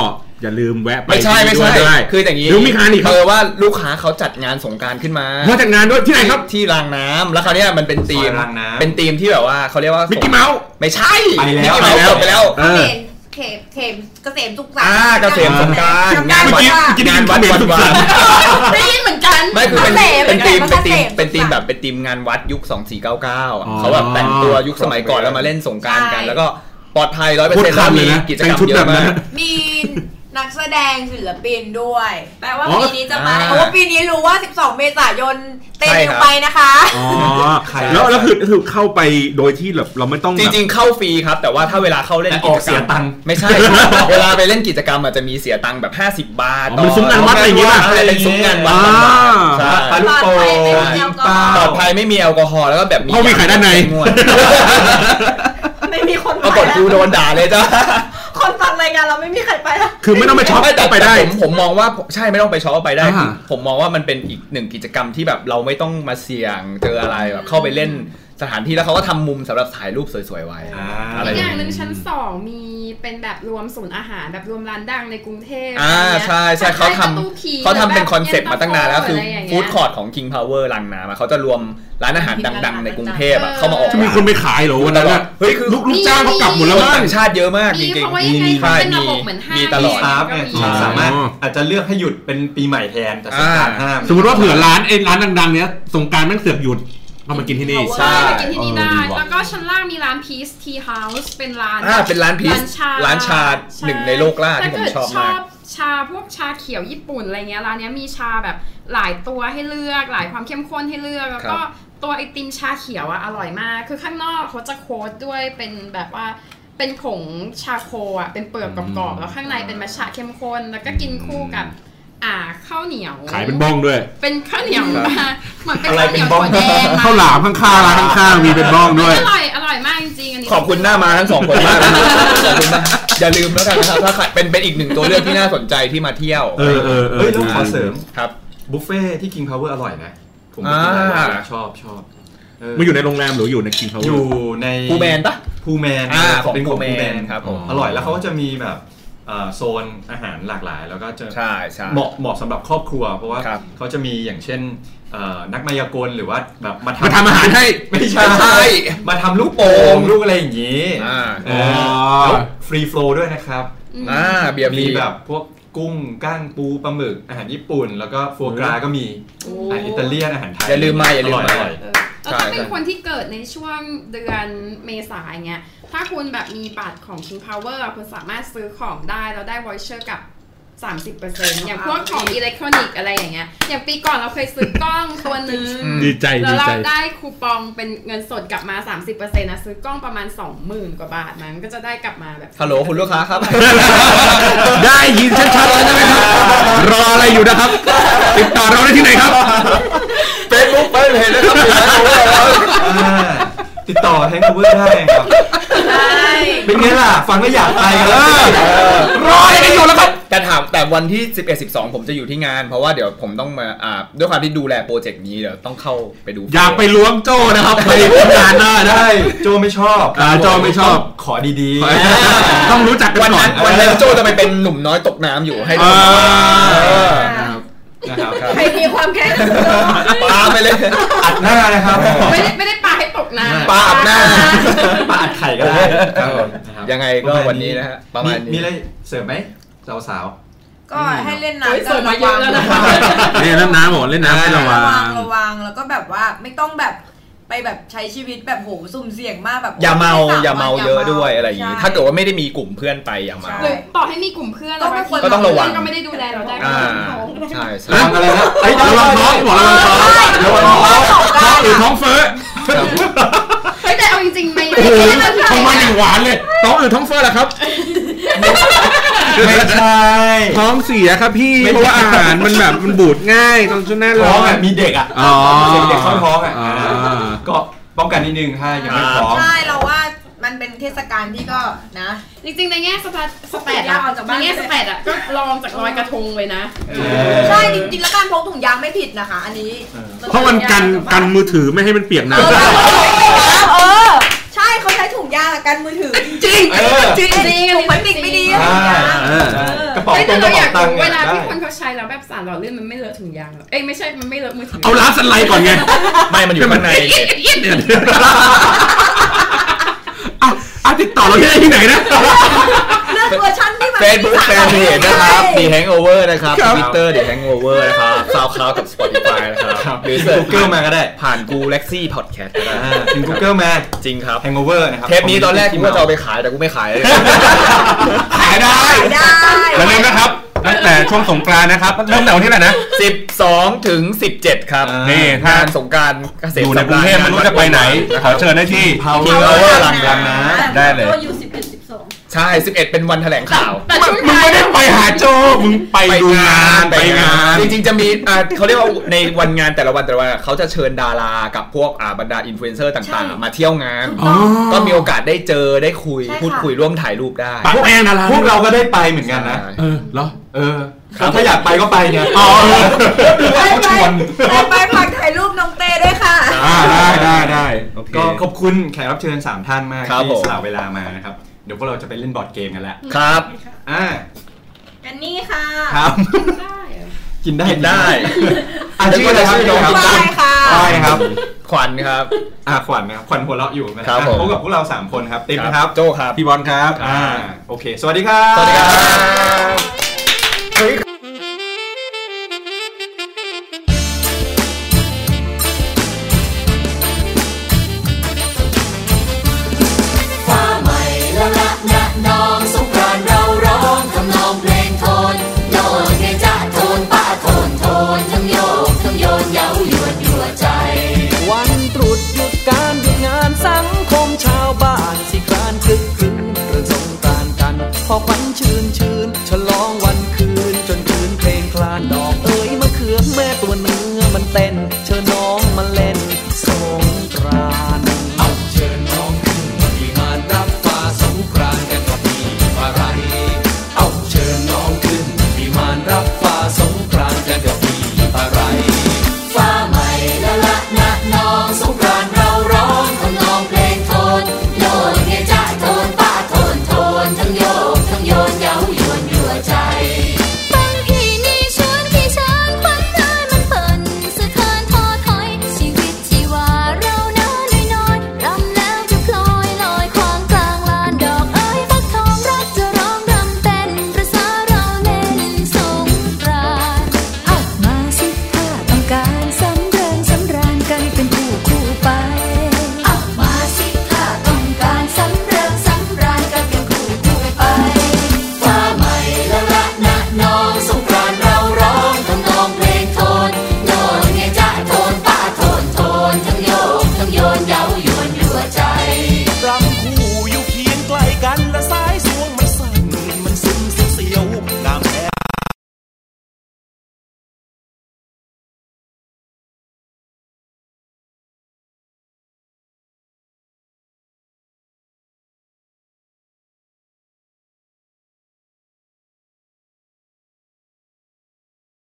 S7: อย่าลืมแวะไป
S1: ไม่ใช่ไม่
S7: ที่
S1: ใช่
S7: นี่ด้วยได้
S1: คืออย่างนี้
S7: หรือมีงานอีกค
S1: เอ
S7: รับ
S1: อว่าลูกค้าเขาจัดงานสงกรารขึ้นมา
S7: มาจากงานด้วยที่ไหนครับ
S1: ที่รางน้ำแล้วคราวเนี้ยมันเป็นธีม
S2: ซอยรางน้ำ
S1: เป็นธีมที่แบบว่าเขาเรียกว่า
S7: มิกกี้เมาส์
S1: ไม่ใช่
S2: ไปแล้ว
S1: มิกกี้เมาส์จบไปแล้ว
S7: เออ
S5: เข็มเข็มเกษมสุขสันต์
S1: อ่าเกษมสงกราร
S5: งานวั
S7: เมื่อ
S5: ด
S7: กี้เมื่อกี้ได้
S1: งา
S7: ยิ
S1: น
S7: น
S1: วัด
S7: เสียง
S1: วัน
S7: สุข
S1: วา
S7: สันต์
S5: ได้ยินเหมือนกัน
S1: ไม่คือเป็น
S5: กษ
S1: เป็นธีม
S5: กษ
S1: เป็นธีมเป็
S5: กษ
S1: นธีมแบบ
S5: สุขสัต์
S1: เป็นธีมงานวัดยุค
S7: อ
S1: 2499เขาแบบแต่งตัวยุคสมัยก่อนแล้วมาเล่นสงกรารกัน
S5: ใช่
S1: แล้วก็ปลอดภัยร้อยเปอร์
S7: โค
S1: เซ็
S7: ต
S1: นต์
S7: รคั
S1: แล้ว
S7: นเลย
S1: มี
S7: นะ
S1: กิจ
S7: แต่
S1: ก
S7: ง
S1: รรม
S7: ชุด
S1: เย
S7: แบบ
S1: อะมา
S7: นั้น
S1: ก
S7: นะ
S5: มีนักแสดงศิลปินด้วย
S6: แปลว่า
S7: อ๋อ
S6: ปีนี้จะมา
S1: อ่า
S5: เพราะว่าปีนี้รู้ว่า 12 เมษายนเต้น
S1: ใช่
S5: อยู่
S1: ครับ
S5: ไปนะคะ
S7: อ๋อ
S2: ใครอะ
S7: แล้วแล้วคือคือเข้าไปโดยที่แบบเราไม่ต้อง
S1: จ
S7: แบบ
S1: ริงๆเข้าฟรีครับ แต่ว่าถ้าเวลาเข้าเล่น
S2: แต่อ
S1: กิ
S2: อ
S1: จ
S2: ก
S1: กร
S2: เสีย
S1: รม
S2: ตังค์
S1: ไม่ [laughs] ใช่ เวลาไปเล่นกิจกรรมอาจจะมีเสียตังค์แบบ 50 บาท
S7: อ๋อมันซุ้มงานวัดอะไรอย่างงี้ป่ะ
S1: ใช่เป็นซุ้มงานวัด
S7: อ่า
S1: ใช่
S2: ปลาลูกโป่งยิงเป้า
S1: ปลอดภัยไม่มีแอลกอฮอล์แล้วก็แบบมี
S7: เพราะมีขายด้านใน
S1: ง
S7: [laughs]
S1: วด
S6: ไม่มีคน
S1: ปรากฏกูโดนด่าเลยจ้า
S6: คนฟังรายการเราไม่มีใครไปละ
S7: คือไม่ต้องไปช็อป
S1: แต่
S7: ก็ไปได้
S1: ผมผมมองว่าใช่ไม่ต้องไปช็อปก็ไปได้
S7: อ่า
S1: คือผมมองว่ามันเป็นอีกหนึ่งกิจกรรมที่แบบเราไม่ต้องมาเสี่ยงเจออะไรแบบเข้าไปเล่น สถานที่แล้วเขาก็ทำมุมสำหรับถ่ายรูปสวยๆไว้
S2: อ่า
S1: อะไร
S4: อีกอย่างหนึ่งชั้นสองมีเป็นแบบรวมศูนย์อาหารแบบรวมร้านดังในกรุงเทพ
S1: อ่า
S4: อะไรเงี้ย
S1: ใช่ใช่
S4: แบบ
S1: เขาท
S4: ประตูผี
S1: ำเขาทำเป็นคอนเซปต์มาตั้งนานแล้วคือ
S4: หรื
S1: ฟู้ด
S4: แบบ
S1: คอร์ทของ King Power ลังน้ำอะเขาจะรวมร้านอาหารดังๆ ในกรุงเทพอะ
S4: เออ
S1: เข้ามาออก
S7: จะมีคนไปขายเหรอวันนั้นอะ
S1: เฮ้ยคือ
S7: ลูกลูกจ้างเขากลับหมดแล้วมั้ง
S1: ต่างชาติเยอะมากจ
S4: มี
S1: ริง
S4: เพราะว่า
S1: ๆ
S4: ยัง
S1: ใช่
S4: ไงมันเป็นระบบ
S1: มี
S4: เหมือนห้าง
S1: มีตลอด
S2: สตาฟเนี่ย
S4: ใช่
S2: สามารถ
S7: อ๋ออ
S2: อาจจะเลือกให้หยุดเป็นปีใหม่แทนแต่สงกราร
S1: อ่า
S2: ห้าม
S7: สมมติว่าเผื่อร้านไอ้ร้านดังๆเนี้ยสงกรารแม่งเสือกหยุดก็มากินที่นี่
S5: ใช่
S4: ใช่ไปกินที่นี่ได้
S7: เออว่ะ
S4: แล้วก็ชั้นล่างมีร้าน Peace Tea House เป็นร้าน
S1: อ่าเป็นร้านพีซร้านชาหนึ่งในโลกล่าที่ผมชอบ
S4: ถ้
S1: มาก
S4: เกิดชาพวกชาเขียวญี่ปุ่นอะไรเงี้ยร้านเนี้ยมีชาแบบหลายตัวให้เลือก หลายความเข้มข้นให้เลือก แล้วก็
S1: ครับ
S4: ตัวไอติมชาเขียวอะอร่อยมาก คือข้างนอกเขาจะโค้ดด้วยเป็นแบบว่าเป็นผงชาโคอะเป็นเปลือกกรอบๆแล้วข้างในเป็นมัชชาเข้มข้น แล้วก็กินคู่กับอ่าข้าวเหนียว
S7: ขายเป็นบ้องด้วย
S4: เป็นข้าวเหนียว
S1: ครับ
S4: มาเหมือนเป็นข้าวเหนียวถั่วแดงมา
S7: ข้าวหลามข้างๆร้านข้างๆมีเป็นบ้องด้วย
S4: อร่อย อร่อยมากจริงๆ อันนี้
S1: ขอบคุณหน้ามาทั้งสองคนมาก [laughs] นะขอบคุณนะอย่าลืมแล้วกันนะครับถ้าใครเป็นเป็นอีกหนึ่งตัวเลือกที่น่าสนใจที่มาเที่ยว
S7: เออเออเออ
S2: เฮ้ยแล้วขอเสริม
S1: ครับ
S2: บุฟเฟ่ที่ King Power อร่อยนะ ผมไปกินหลายรอบแล้ว
S1: อ่า
S2: ชอบชอบเ
S7: มาอยู่ในโรงแรมหรืออยู่ในคิงเขา
S2: อยู่ใน
S1: ภูแมนปะ
S2: ภูแมน
S1: อ่า
S2: เป็น
S1: ของ
S2: เป็น
S1: ภู
S2: ของภู
S1: แม
S2: แม
S1: น
S2: น
S1: ครับผม
S2: อร่อยแล้วเขาก็จะมีแบบเอ่อโซนอาหารหลากหลายแล้วก็จะ
S1: ใช่ใช่
S2: เหมาะเหมาะสำหรับครอบครัว เพราะว่า
S1: ครับ
S2: เขาจะมีอย่างเช่นเอ่อนักมายากลหรือว่าแบบมา
S7: มา
S2: ทำ
S7: ทำอาหารให้
S2: ไม่ใช่
S1: ไม่ใช่
S2: มาทำลูกโป่งลูกอะไรอย่างนี้
S1: อ่า
S2: เออแล้วฟรีโฟลด้วยนะครับ
S4: อืม
S1: อ่าเบียร์
S2: มี
S1: มี
S2: แบบพวกกุ้งก้างปูปลาหมึกอาหารญี่ปุ่น แล้วก็ฟัวกราก็มีอาหารอิตาเลียนอาหารไทย
S1: อย่าลืมมาอย่าลืมมา
S2: อร่อย
S4: เอ
S2: อร่อย
S4: อแล้วถ้าเป็น
S1: ใช่
S4: คนที่เกิดในช่วงเดือนเมษายนเงี้ย ถ้าคุณแบบมีบัตรของ King Power อะคุณสามารถซื้อของได้แล้วได้ voucher กับ 30%อย่างพวกของอิเล็กทรอนิกส์อะไรอย่างเงี้ย อย่างปีก่อนเราเคยซื้อก [laughs] ล้องตัวหนึง
S7: ดีใจ
S4: แล้
S7: ดี
S4: วเรา
S7: ใจ
S4: ได้คูปองเป็นเงินสดกลับมา 30%นะซื้อกล้องประมาณ 20,000 กว่าบาทมั้งก็จะได้กลับมาแบบ
S1: ฮัลโหลคุณลูกค้าครับ
S2: [laughs]
S7: ได้ยินชัดๆแล้วนะครับ รออะไรอยู่นะครับ ติดต่อเราได้ที่ไหนครับ
S1: เฟซบุ๊กไปเพจนะครับ
S2: อ่าติดต่อแฮงค์เวอร์ได้ครับ
S5: ใช่
S2: เป็นไงล่ะ ฟังแล้วอยากไปกันแล้ว
S1: อ
S7: รออะไรอยู่แล้วครับ
S1: แต่ถามแต่วันที่ 11 12 ผมจะอยู่ที่งาน เพราะว่าเดี๋ยวผมต้องมาอ่าด้วยความที่ดูแลโปรเจกต์นี้เดี๋ยวต้องเข้าไปดู
S7: อย่าไปล้วงโจ้นะครับ ไปทำงานหน้าได้
S2: ได้โจไม่ชอบ
S7: อ่าโจไม่ชอบ
S2: ขอดี
S1: ขอ
S2: ๆ
S7: ต้องรู้จักกั
S1: วัน น
S7: ก่อ
S1: นั้น นวันนั้นโจจะไปเป็นหนุ่มน้อยตกน้ำอยู่ให้ดู
S7: อ่า
S1: เออ
S2: นะครับ
S5: ใครมีความแค้นส่วนตัว
S1: ปาไปเลย
S2: อัดหน้านะครับ
S4: ไม่ได้ไม่ได้ปลาให้ตกน้ำ
S1: ปลาอาบหน้า
S2: ปาอัดไข่ก็ได้ครับผมนะครับ
S1: ยังไงก็วันนี้นะฮะประมาณนี้
S2: มีอะไรเสริมไหมสาว
S5: ก็ให้เล่น
S4: เฮ้ย
S5: น้ำ
S4: ส่งมาเยอะแล้วนะ
S7: นี่เล่นน้ำหมดเล่นน้ำให้ระ
S5: ระ
S7: วั
S5: วั
S7: ง
S5: งระวังแล้วก็แบบว่าไม่ต้องแบบไปแบบใช้ชีวิตแบบโหสุ่มเสี่ยงมากแบบ
S1: อย่าเมาอย่าเมา
S5: ส
S1: เยอะด้วยอะไรอย่าง
S5: นี้
S1: นี้ ถ้าเกิดว่าไม่ได้มีกลุ่มเพื่อนไปอย่าเมา
S4: หรือต่อให้มีกลุ่มเพื่อน
S5: ก็ไม่ควร
S1: ก็ต้องระวัง
S4: เพื่นก็ไม่ได้ดูแลเราได้
S1: อ่า
S4: เขา
S1: ใช่
S2: ๆระ
S1: ใช่
S2: วังอะไรนะเอ้ยได้
S7: ระวังท้องบอกระวังท้องระวังท้องท้องอืดท้องเฟ้อ
S4: เฮ้ยแต่เอาจริงๆไม่
S7: โอ้
S4: ไม่
S7: โห
S4: ได้เรื่อง
S7: ท้องมัน
S4: เล
S7: อย ย่างหวานเลยท้องอืดท้องเฟ้อเหรอครับ
S2: ไม่ใช่
S7: ท้องเสียครับพี่ เพราะว่าอาหารมันแบบมันบูดง่ายตอนช่วงหน้าร้
S2: ท้
S7: อ
S2: อง
S7: น
S2: อ่ะมีเด็กอ่ะ
S7: อ๋อ
S2: เด็กๆเข้าท้องอ่ะ
S7: า
S2: ก็ป้องกันนิดนึงถ้ายังไม่พร้อม
S5: ใช่เราว่ามันเป็นเทศกาลที่ก็นะ
S4: จริงๆในแง่สแตทสแตท
S5: ยา
S4: อะ
S5: วออกจาก
S4: ใน
S5: บ้าน
S4: แง่สแตทอะก็ลองจากรอยกระทงเลยนะ
S5: ใช่จริงๆแล้วการพกถุงยางไม่ผิดนะคะ อันนี้
S2: เออ
S7: เพราะมันกันกันมือถือไม่ให้มันเปียก
S5: เออ
S7: น้ำ
S5: เออใช่เขาใช้ถุงยางกับกันมือถือ
S4: จริง
S2: เออ
S4: จริงจริง
S5: ถุงพลาสติกไม่ดีอะถุงยาง
S2: ใช่ใช่กระเป๋า
S4: เฮ้ย
S2: ตร
S4: แต่
S2: งก
S4: เรา
S2: ระ
S4: อยา
S2: เป๋ากตังค์
S4: รู้เว
S2: เนี่ย
S4: ลา
S2: ได้
S4: ที่คนเขาใช้แล้วแบบสารหล่อลื่นมันไม่เลอะถุงยางหรอกเอ้ยไม่ใช่มันไม่เลอะมือถือ
S7: เอาล้างสไลด์ก่อนไง
S1: ไม่มันอยู่ข้างใน
S7: อ่ะอ่ะติดต่อเราได้ที่ไหนนะ
S5: เลือกเวอร์ชันที่มัน
S1: เฟซบุ๊กแฟนเพจนะครับมี Hangover นะครับ
S7: ครับ
S1: Twitter The Hangover นะครับ SoundCloud กับ Spotify นะครับ
S2: ครับ
S1: หรือ
S2: พิม
S1: เสิร์
S2: พ์
S1: ช
S2: Google มาก็ได้
S1: ผ่าน Galaxy Podcast ก็ได้
S2: อ่าพิมพ์ Google มา
S1: จริงครับ
S2: Hangover นะครับ
S1: เทปนี้ตอนแรกกูว่าจะเอาไปขายแต่กูไม่ขายเลย
S7: ขายได้
S5: ขายได้
S7: อย่าลืมนะครับ ตั้งแต่ช่วงสงกรานต์นะครับ เริ่มแต่วันที่เท่าไหร่นะ
S1: 12 ถึง 17 ครับ
S2: อ่า
S1: นี่ถ้างานสงกรารเกษตร
S7: อยู่ในกรุงเทพไม่รู้จะไปไหน ขอเชิญได้ที่
S1: กินเอาเวอร์ลัง
S2: รั
S1: นะ
S2: งนะ
S7: ได้เลย
S5: ก็อยู่สิบเอ็ดสิบสอง
S1: ใช่ 11 เป็นวันแถลงข่าว
S4: แต่ช่วง
S7: มึง
S4: ท้าย
S7: ไม่ได้ไปหาโจ มึงไปดูงานไปงาน
S1: จริงๆ จะมีอ่าเขาเรียกว่าในวันงานแต่ละวันแต่ละวันเขาจะเชิญดารากับพวกอ่าบรรดาอินฟลูเอนเซอร์ต่าง
S5: ใช่
S1: ๆ มาเที่ยวงาน
S7: อ๋อ
S1: ก็มีโอกาสได้เจอได้คุย
S5: ใช่ค่ะ
S1: พูดคุยร่วมถ่ายรูปได้
S7: ปากแป้งดารา
S2: พวกเราก็ได้ไปเหมือนกันนะ
S1: ใช่
S7: เออเหรอ
S2: เออถ้าอยากไปก็ไปเนี่ย
S7: อ๋อเออ
S5: ไปไปไปไปฝากถ่ายรูปน้องเต้ด้วยค่ะ
S7: อ่าได้ได้ได้
S1: โอ อเค
S2: ก็ขอบคุณแขกรับเชิญ 3 ท่านมาก
S1: ครับ
S2: ที่
S1: ผม
S2: สละเวลามานะครับ เดี๋ยวพวกเราจะไปเล่นบอร์ดเกมกันแล้ว
S1: ครับ
S2: อ่า
S6: กันนี่ค่ะ
S2: ครับ
S4: ได้เหรอ
S2: กินได้
S1: กินได้
S2: อ่ะชื่ออะไรครับ
S1: ชื่อน้อง
S2: ชื่ออะไรค
S6: ได้
S2: รับ
S6: ค่ะ
S2: ได้ครับ
S1: ขวัญครับ
S2: อ่ะขวัญนะครับขวัญหัวเราะอยู่นะครับ
S1: ผม
S2: พบกับพวกเราสามคนครับติ๊บนะครับ
S1: โจครับ
S2: พี่บอลครับ
S1: อ่า
S2: โอเค สวัสดีครับ
S1: สวัสดีครับ